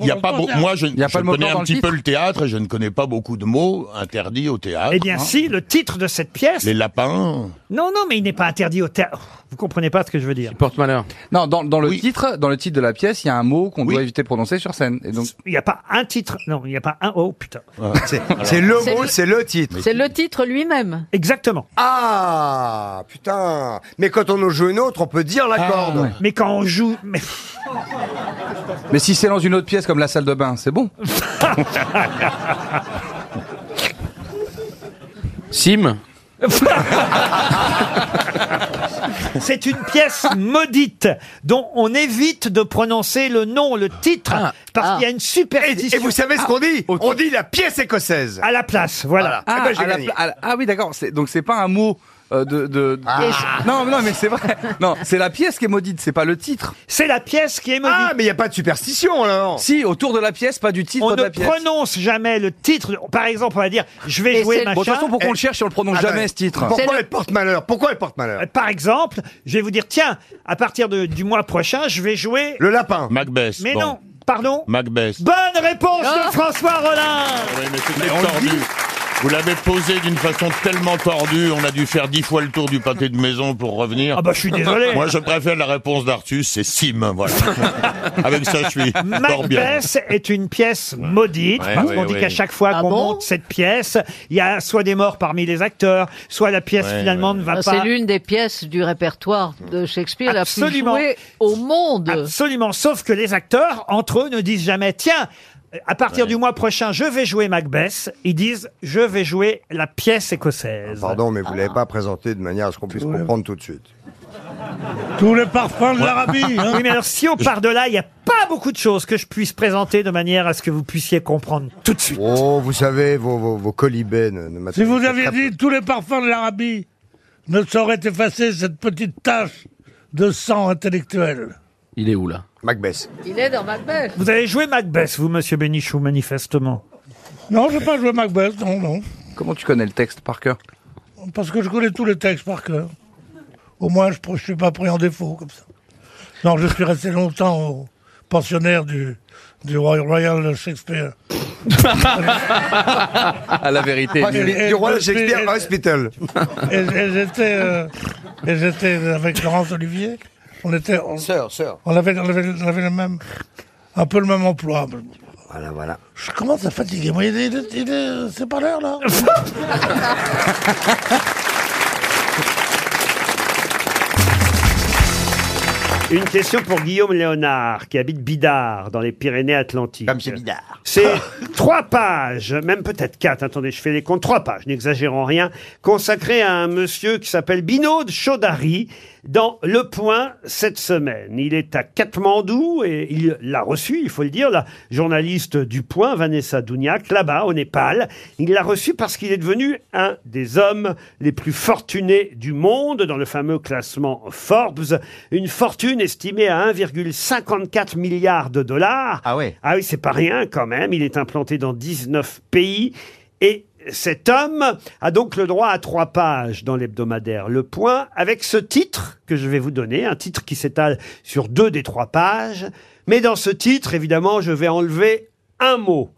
il y a pas beau- moi, je, je connais un petit peu le théâtre et je ne connais pas beaucoup de mots interdits au théâtre. Eh bien, hein. si, le titre de cette pièce. Les lapins. Non, non, mais il n'est pas interdit au théâtre. Vous comprenez pas ce que je veux dire. Porte-malheur. Non, dans, dans le titre, dans le titre de la pièce, il y a un mot qu'on doit éviter de prononcer sur scène. Et donc, Il n'y a pas un titre. Non, il n'y a pas un. Oh putain. Ah. C'est le C'est mot, le- c'est le titre. C'est le titre lui-même. Exactement. Ah, putain. Mais quand on en joue une autre, on peut dire Ah, la corde. Mais quand on joue. Mais... mais si c'est dans une autre pièce comme la salle de bain, c'est bon. Sim. C'est une pièce maudite dont on évite de prononcer le nom, le titre, Ah. parce Ah. qu'il y a une superstition. Et vous savez ce qu'on dit On dit la pièce écossaise. À la place, voilà. Ah, Ah, ben, j'ai à la gagné. pla- à la- ah oui, d'accord. c'est- Donc c'est pas un mot euh, de. de- de- Non, non, mais c'est vrai. Non, c'est la pièce qui est maudite, c'est pas le titre. C'est la pièce qui est maudite. Ah, mais il n'y a pas de superstition alors. Si, autour de la pièce, pas du titre On de ne la pièce. prononce jamais le titre. Par exemple, on va dire je vais Et jouer c'est- machin. Bon, de toute façon, pourquoi on le cherche si on le prononce Ah jamais, ben, ce titre pourquoi C'est le- elle porte malheur Pourquoi elle porte malheur Euh, Par exemple, je vais vous dire tiens, à partir de- du mois prochain, je vais jouer. Le lapin. Macbeth. Mais bon. non, pardon. Macbeth. Bonne réponse de François Rollin. Oui, mais c'était tordu. Vous l'avez posé d'une façon tellement tordue, on a dû faire dix fois le tour du pâté de maison pour revenir. Ah bah, je suis désolé. Moi, je préfère la réponse d'Artus, c'est Sim, voilà. Avec Ah, ça, je suis fort bien. Macbeth est une pièce maudite, Ouais, parce ouais, qu'on dit ouais. qu'à chaque Ah fois qu'on monte cette pièce, il y a soit des morts parmi les acteurs, soit la pièce Ouais, finalement ne va Ah, pas. C'est l'une des pièces du répertoire de Shakespeare Absolument. la plus jouée au monde. Absolument, sauf que les acteurs, entre eux, ne disent jamais, tiens, à partir du mois prochain, je vais jouer Macbeth. Ils disent, je vais jouer la pièce écossaise. Pardon, mais vous Ah. ne l'avez pas présenté de manière à ce qu'on puisse comprendre tout de suite. Tous les parfums de l'Arabie. hein. Oui, mais alors si on part de là, il n'y a pas beaucoup de choses que je puisse présenter de manière à ce que vous puissiez comprendre tout de suite. Oh, vous savez, vos, vos, vos colibets ne, ne Si vous aviez dit tous les parfums de l'Arabie ne sauraient effacer cette petite tache de sang intellectuel. Il est où là Macbeth. Il est dans Macbeth. Vous avez joué Macbeth, vous, monsieur Bénichou, manifestement. Non, je n'ai pas joué Macbeth, non, non. Comment tu connais le texte par cœur Parce que je connais tous les textes par cœur. Au moins, je ne suis pas pris en défaut comme ça. Non, je suis resté longtemps au pensionnaire du, du Roy- Royal Shakespeare. À la vérité. Ah, Pas du- du Royal Shakespeare Hospital. Et, et j'étais, euh, et j'étais avec Laurence Olivier. On était. On, sœur, sœur. On avait, on avait- on avait le même, un peu le même emploi. Voilà, voilà. Je commence à fatiguer. Moi, il est- il est- il est- c'est pas l'heure là. Une question pour Guillaume Léonard, qui habite Bidart, dans les Pyrénées-Atlantiques. Comme c'est Bidart. C'est trois pages, même peut-être quatre, attendez, je fais les comptes, trois pages, n'exagérons rien, consacrées à un monsieur qui s'appelle Binod Chaudhary, dans Le Point, cette semaine. Il est à Katmandou, et il l'a reçu, il faut le dire, la journaliste du Point, Vanessa Douniac, là-bas, au Népal. Il l'a reçu parce qu'il est devenu un des hommes les plus fortunés du monde dans le fameux classement Forbes. Une fortune estimée à 1,54 milliard de dollars. Ah oui. Ah oui, c'est pas rien quand même. Il est implanté dans 19 pays et cet homme a donc le droit à trois pages dans l'hebdomadaire Le Point, avec ce titre que je vais vous donner, un titre qui s'étale sur deux des trois pages. Mais dans ce titre, évidemment, je vais enlever un mot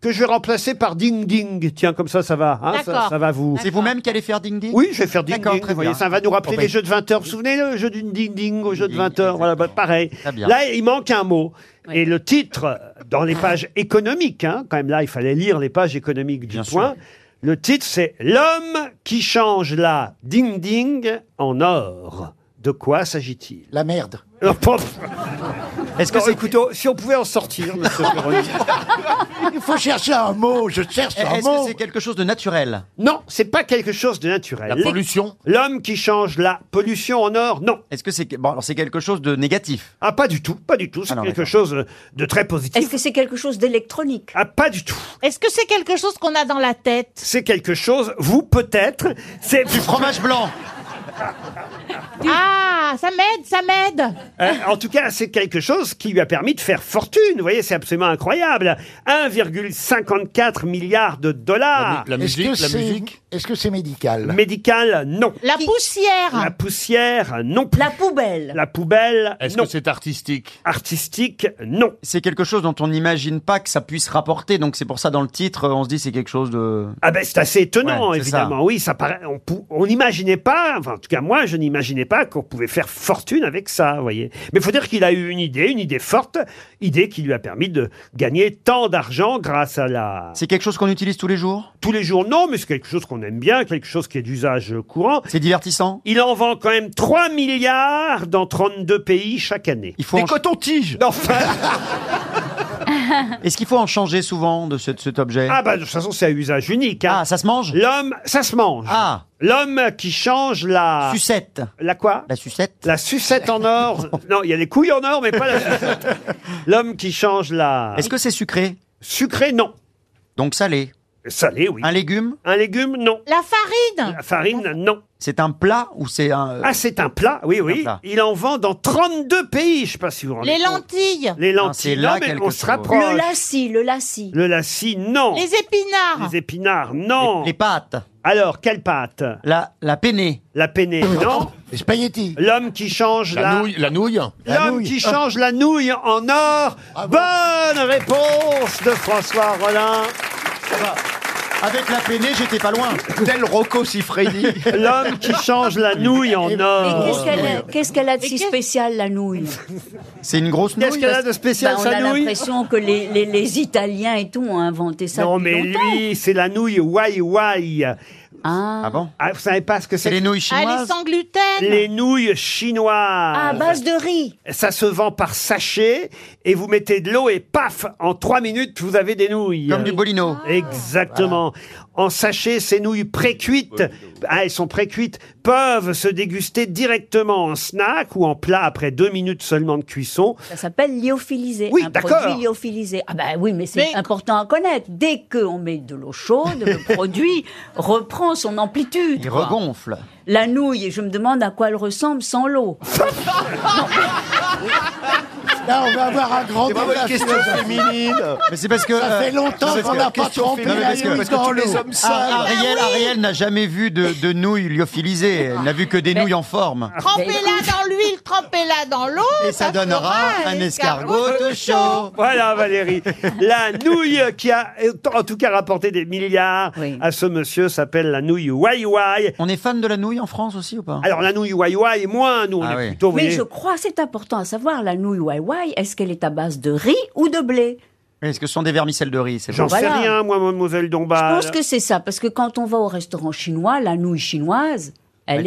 que je vais remplacer par ding ding. Tiens, comme ça, ça va. hein, ça, D'accord. ça va vous. C'est vous-même qui allez faire ding ding Oui, je vais faire ding D'accord, ding. très Vous voyez, bien. ça va nous rappeler Oh, ben, les jeux de 20 heures. Vous vous souvenez le jeu d'une ding ding au jeu de 20 heures Voilà, bah, pareil. bien. Là, il manque un mot. Et le titre, dans les pages économiques, hein, quand même là, il fallait lire les pages économiques du point. Le titre, c'est L'homme qui change la ding ding en or. De quoi s'agit-il Oh, La merde. Est-ce que c'est couteau Si on pouvait en sortir, monsieur Perroni. Il faut chercher un mot, je cherche un Eh, Est-ce que mot. c'est quelque chose de naturel Non, c'est pas quelque chose de naturel. La pollution L'homme qui change la pollution en or, non. Est-ce que c'est bon, alors c'est quelque chose de négatif Ah, pas du tout, pas du tout. C'est quelque chose de très positif. Est-ce que c'est quelque chose d'électronique Ah, pas du tout. Est-ce que c'est quelque chose qu'on a dans la tête C'est quelque chose, vous peut-être, c'est... Du fromage blanc Ah, ça m'aide, ça m'aide Euh, en tout cas, c'est quelque chose qui lui a permis de faire fortune. Vous voyez, c'est absolument incroyable. 1,54 milliard de dollars. Est-ce que c'est- Est-ce que c'est médical Médical, non. La poussière. La poussière, non. La poubelle. La poubelle. Est-ce non. que c'est artistique Artistique, non. C'est quelque chose dont on n'imagine pas que ça puisse rapporter, donc c'est pour ça dans le titre, on se dit c'est quelque chose de... Ah ben c'est assez étonnant Ouais, c'est ça. évidemment. Oui, ça paraît. On pou- on n'imaginait pas. Enfin, en tout cas moi, je n'imaginais pas qu'on pouvait faire fortune avec ça. Vous voyez. Mais faut dire qu'il a eu une idée, une idée forte, idée qui lui a permis de gagner tant d'argent grâce à la. C'est quelque chose qu'on utilise tous les jours. Tous les jours non, mais c'est quelque chose qu'on aime bien, quelque chose qui est d'usage courant. C'est divertissant. Il en vend quand même 3 milliards dans 32 pays chaque année. Il faut. Des cotons-tiges. Non. enfin- Est-ce qu'il faut en changer souvent de, ce- de cet objet Ah bah de toute façon c'est à usage unique. Ah ça se mange L'homme, ça se mange. Ah L'homme qui change la... Sucette. La quoi La sucette. La sucette en or. non, il y a les couilles en or mais pas la sucette. L'homme qui change la... Est-ce que c'est sucré Sucré, non. Donc salé Salé, oui. Un légume Un légume, non. La farine La farine, non. C'est un plat ou c'est un. Ah, c'est un plat, oui, oui. Il en vend dans 32 pays, je ne sais pas si vous vous rendez Les compte. lentilles Les lentilles, non, mais on se rapproche. Le lacis, le lacis. Le lacis, non. Les épinards Les épinards, non. Les, pâtes. Alors, quelles pâtes La, la peinée. La peinée, non. Les spaghettis. L'homme qui change la, La nouille, la nouille Ah, L'homme qui change la nouille en or. Bonne réponse de François Rollin. Avec la peinée, j'étais pas loin. Tel Rocco Siffredi. L'homme qui change la nouille en Mais or. qu'est-ce qu'elle a, qu'est-ce qu'elle a de si spécial, la nouille C'est une grosse nouille. Qu'est-ce qu'elle a de spécial, Bah, On sa a nouille l'impression que les, les- les Italiens et tout ont inventé ça Non, depuis mais longtemps. lui, c'est la nouille Wai Wai. Ah. bon Vous savez pas ce que c'est les nouilles Ah, les chinoises sans gluten Les nouilles chinoises. À base de riz Ça se vend par sachet et vous mettez de l'eau et paf, en trois minutes, vous avez des nouilles. Comme du bolino. Exactement. En sachet, ces nouilles précuites, ah, elles sont précuites, peuvent se déguster directement en snack ou en plat après deux minutes seulement de cuisson. Ça s'appelle lyophilisé. Oui, un d'accord. produit lyophilisé. Ah ben oui, mais c'est important à connaître. Dès qu'on met de l'eau chaude, le produit reprend son amplitude. Il quoi. regonfle. La nouille, je me demande à quoi elle ressemble sans l'eau. Là, on va avoir un grand C'est pas débat votre question philosophique. féminine. Mais c'est parce que. Ça fait longtemps c'est parce qu'on que- n'a pas question trempé féminine. la Parce que- nouille parce que dans tous les l'eau. hommes seuls. Ah, Ariel, Ariel n'a jamais vu de, de nouilles lyophilisées. Elle n'a vu que des nouilles en forme. Trempez-la dans l'huile, trempez-la dans l'eau Et ça donnera fera un escargot tout chaud. Voilà Valérie. La nouille qui a en tout cas rapporté des milliards à ce monsieur s'appelle la nouille Wai Wai. On est fan de la nouille en France aussi ou pas Alors la nouille Wai Wai, moins, nous on Ah est oui. plutôt... vous Mais voyez, je crois, c'est important à savoir, la nouille Wai Wai, est-ce qu'elle est à base de riz ou de blé Est-ce que ce sont des vermicelles de riz c'est J'en vrai. sais Voilà. rien moi, mademoiselle Je Dombal. pense que c'est ça, parce que quand on va au restaurant chinois, la nouille chinoise, elle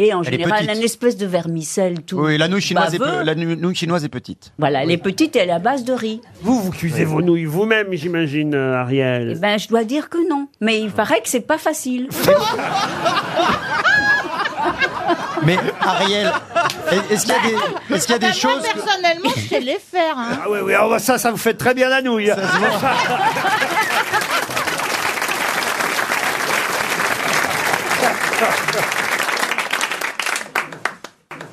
Elle- est en elle est général petite. une espèce de vermicelle tout. Oui, la nouille chinoise, est, baveux. pe- la nou- nouille chinoise est petite. Voilà, elle est petite et elle est à base de riz. Vous, vous cuisez vos nouilles vous-même, j'imagine, euh, Eh Ariel. ben, je dois dire que non. Mais il paraît que c'est pas facile. Mais Ariel, est- est-ce qu'il y a des, est-ce qu'il Ah, bah, y a des Ah ben, Moi, choses. que- oh, personnellement, je sais les faire. hein. Ah oui, oui, ah bah ça, ça vous fait très bien la nouille.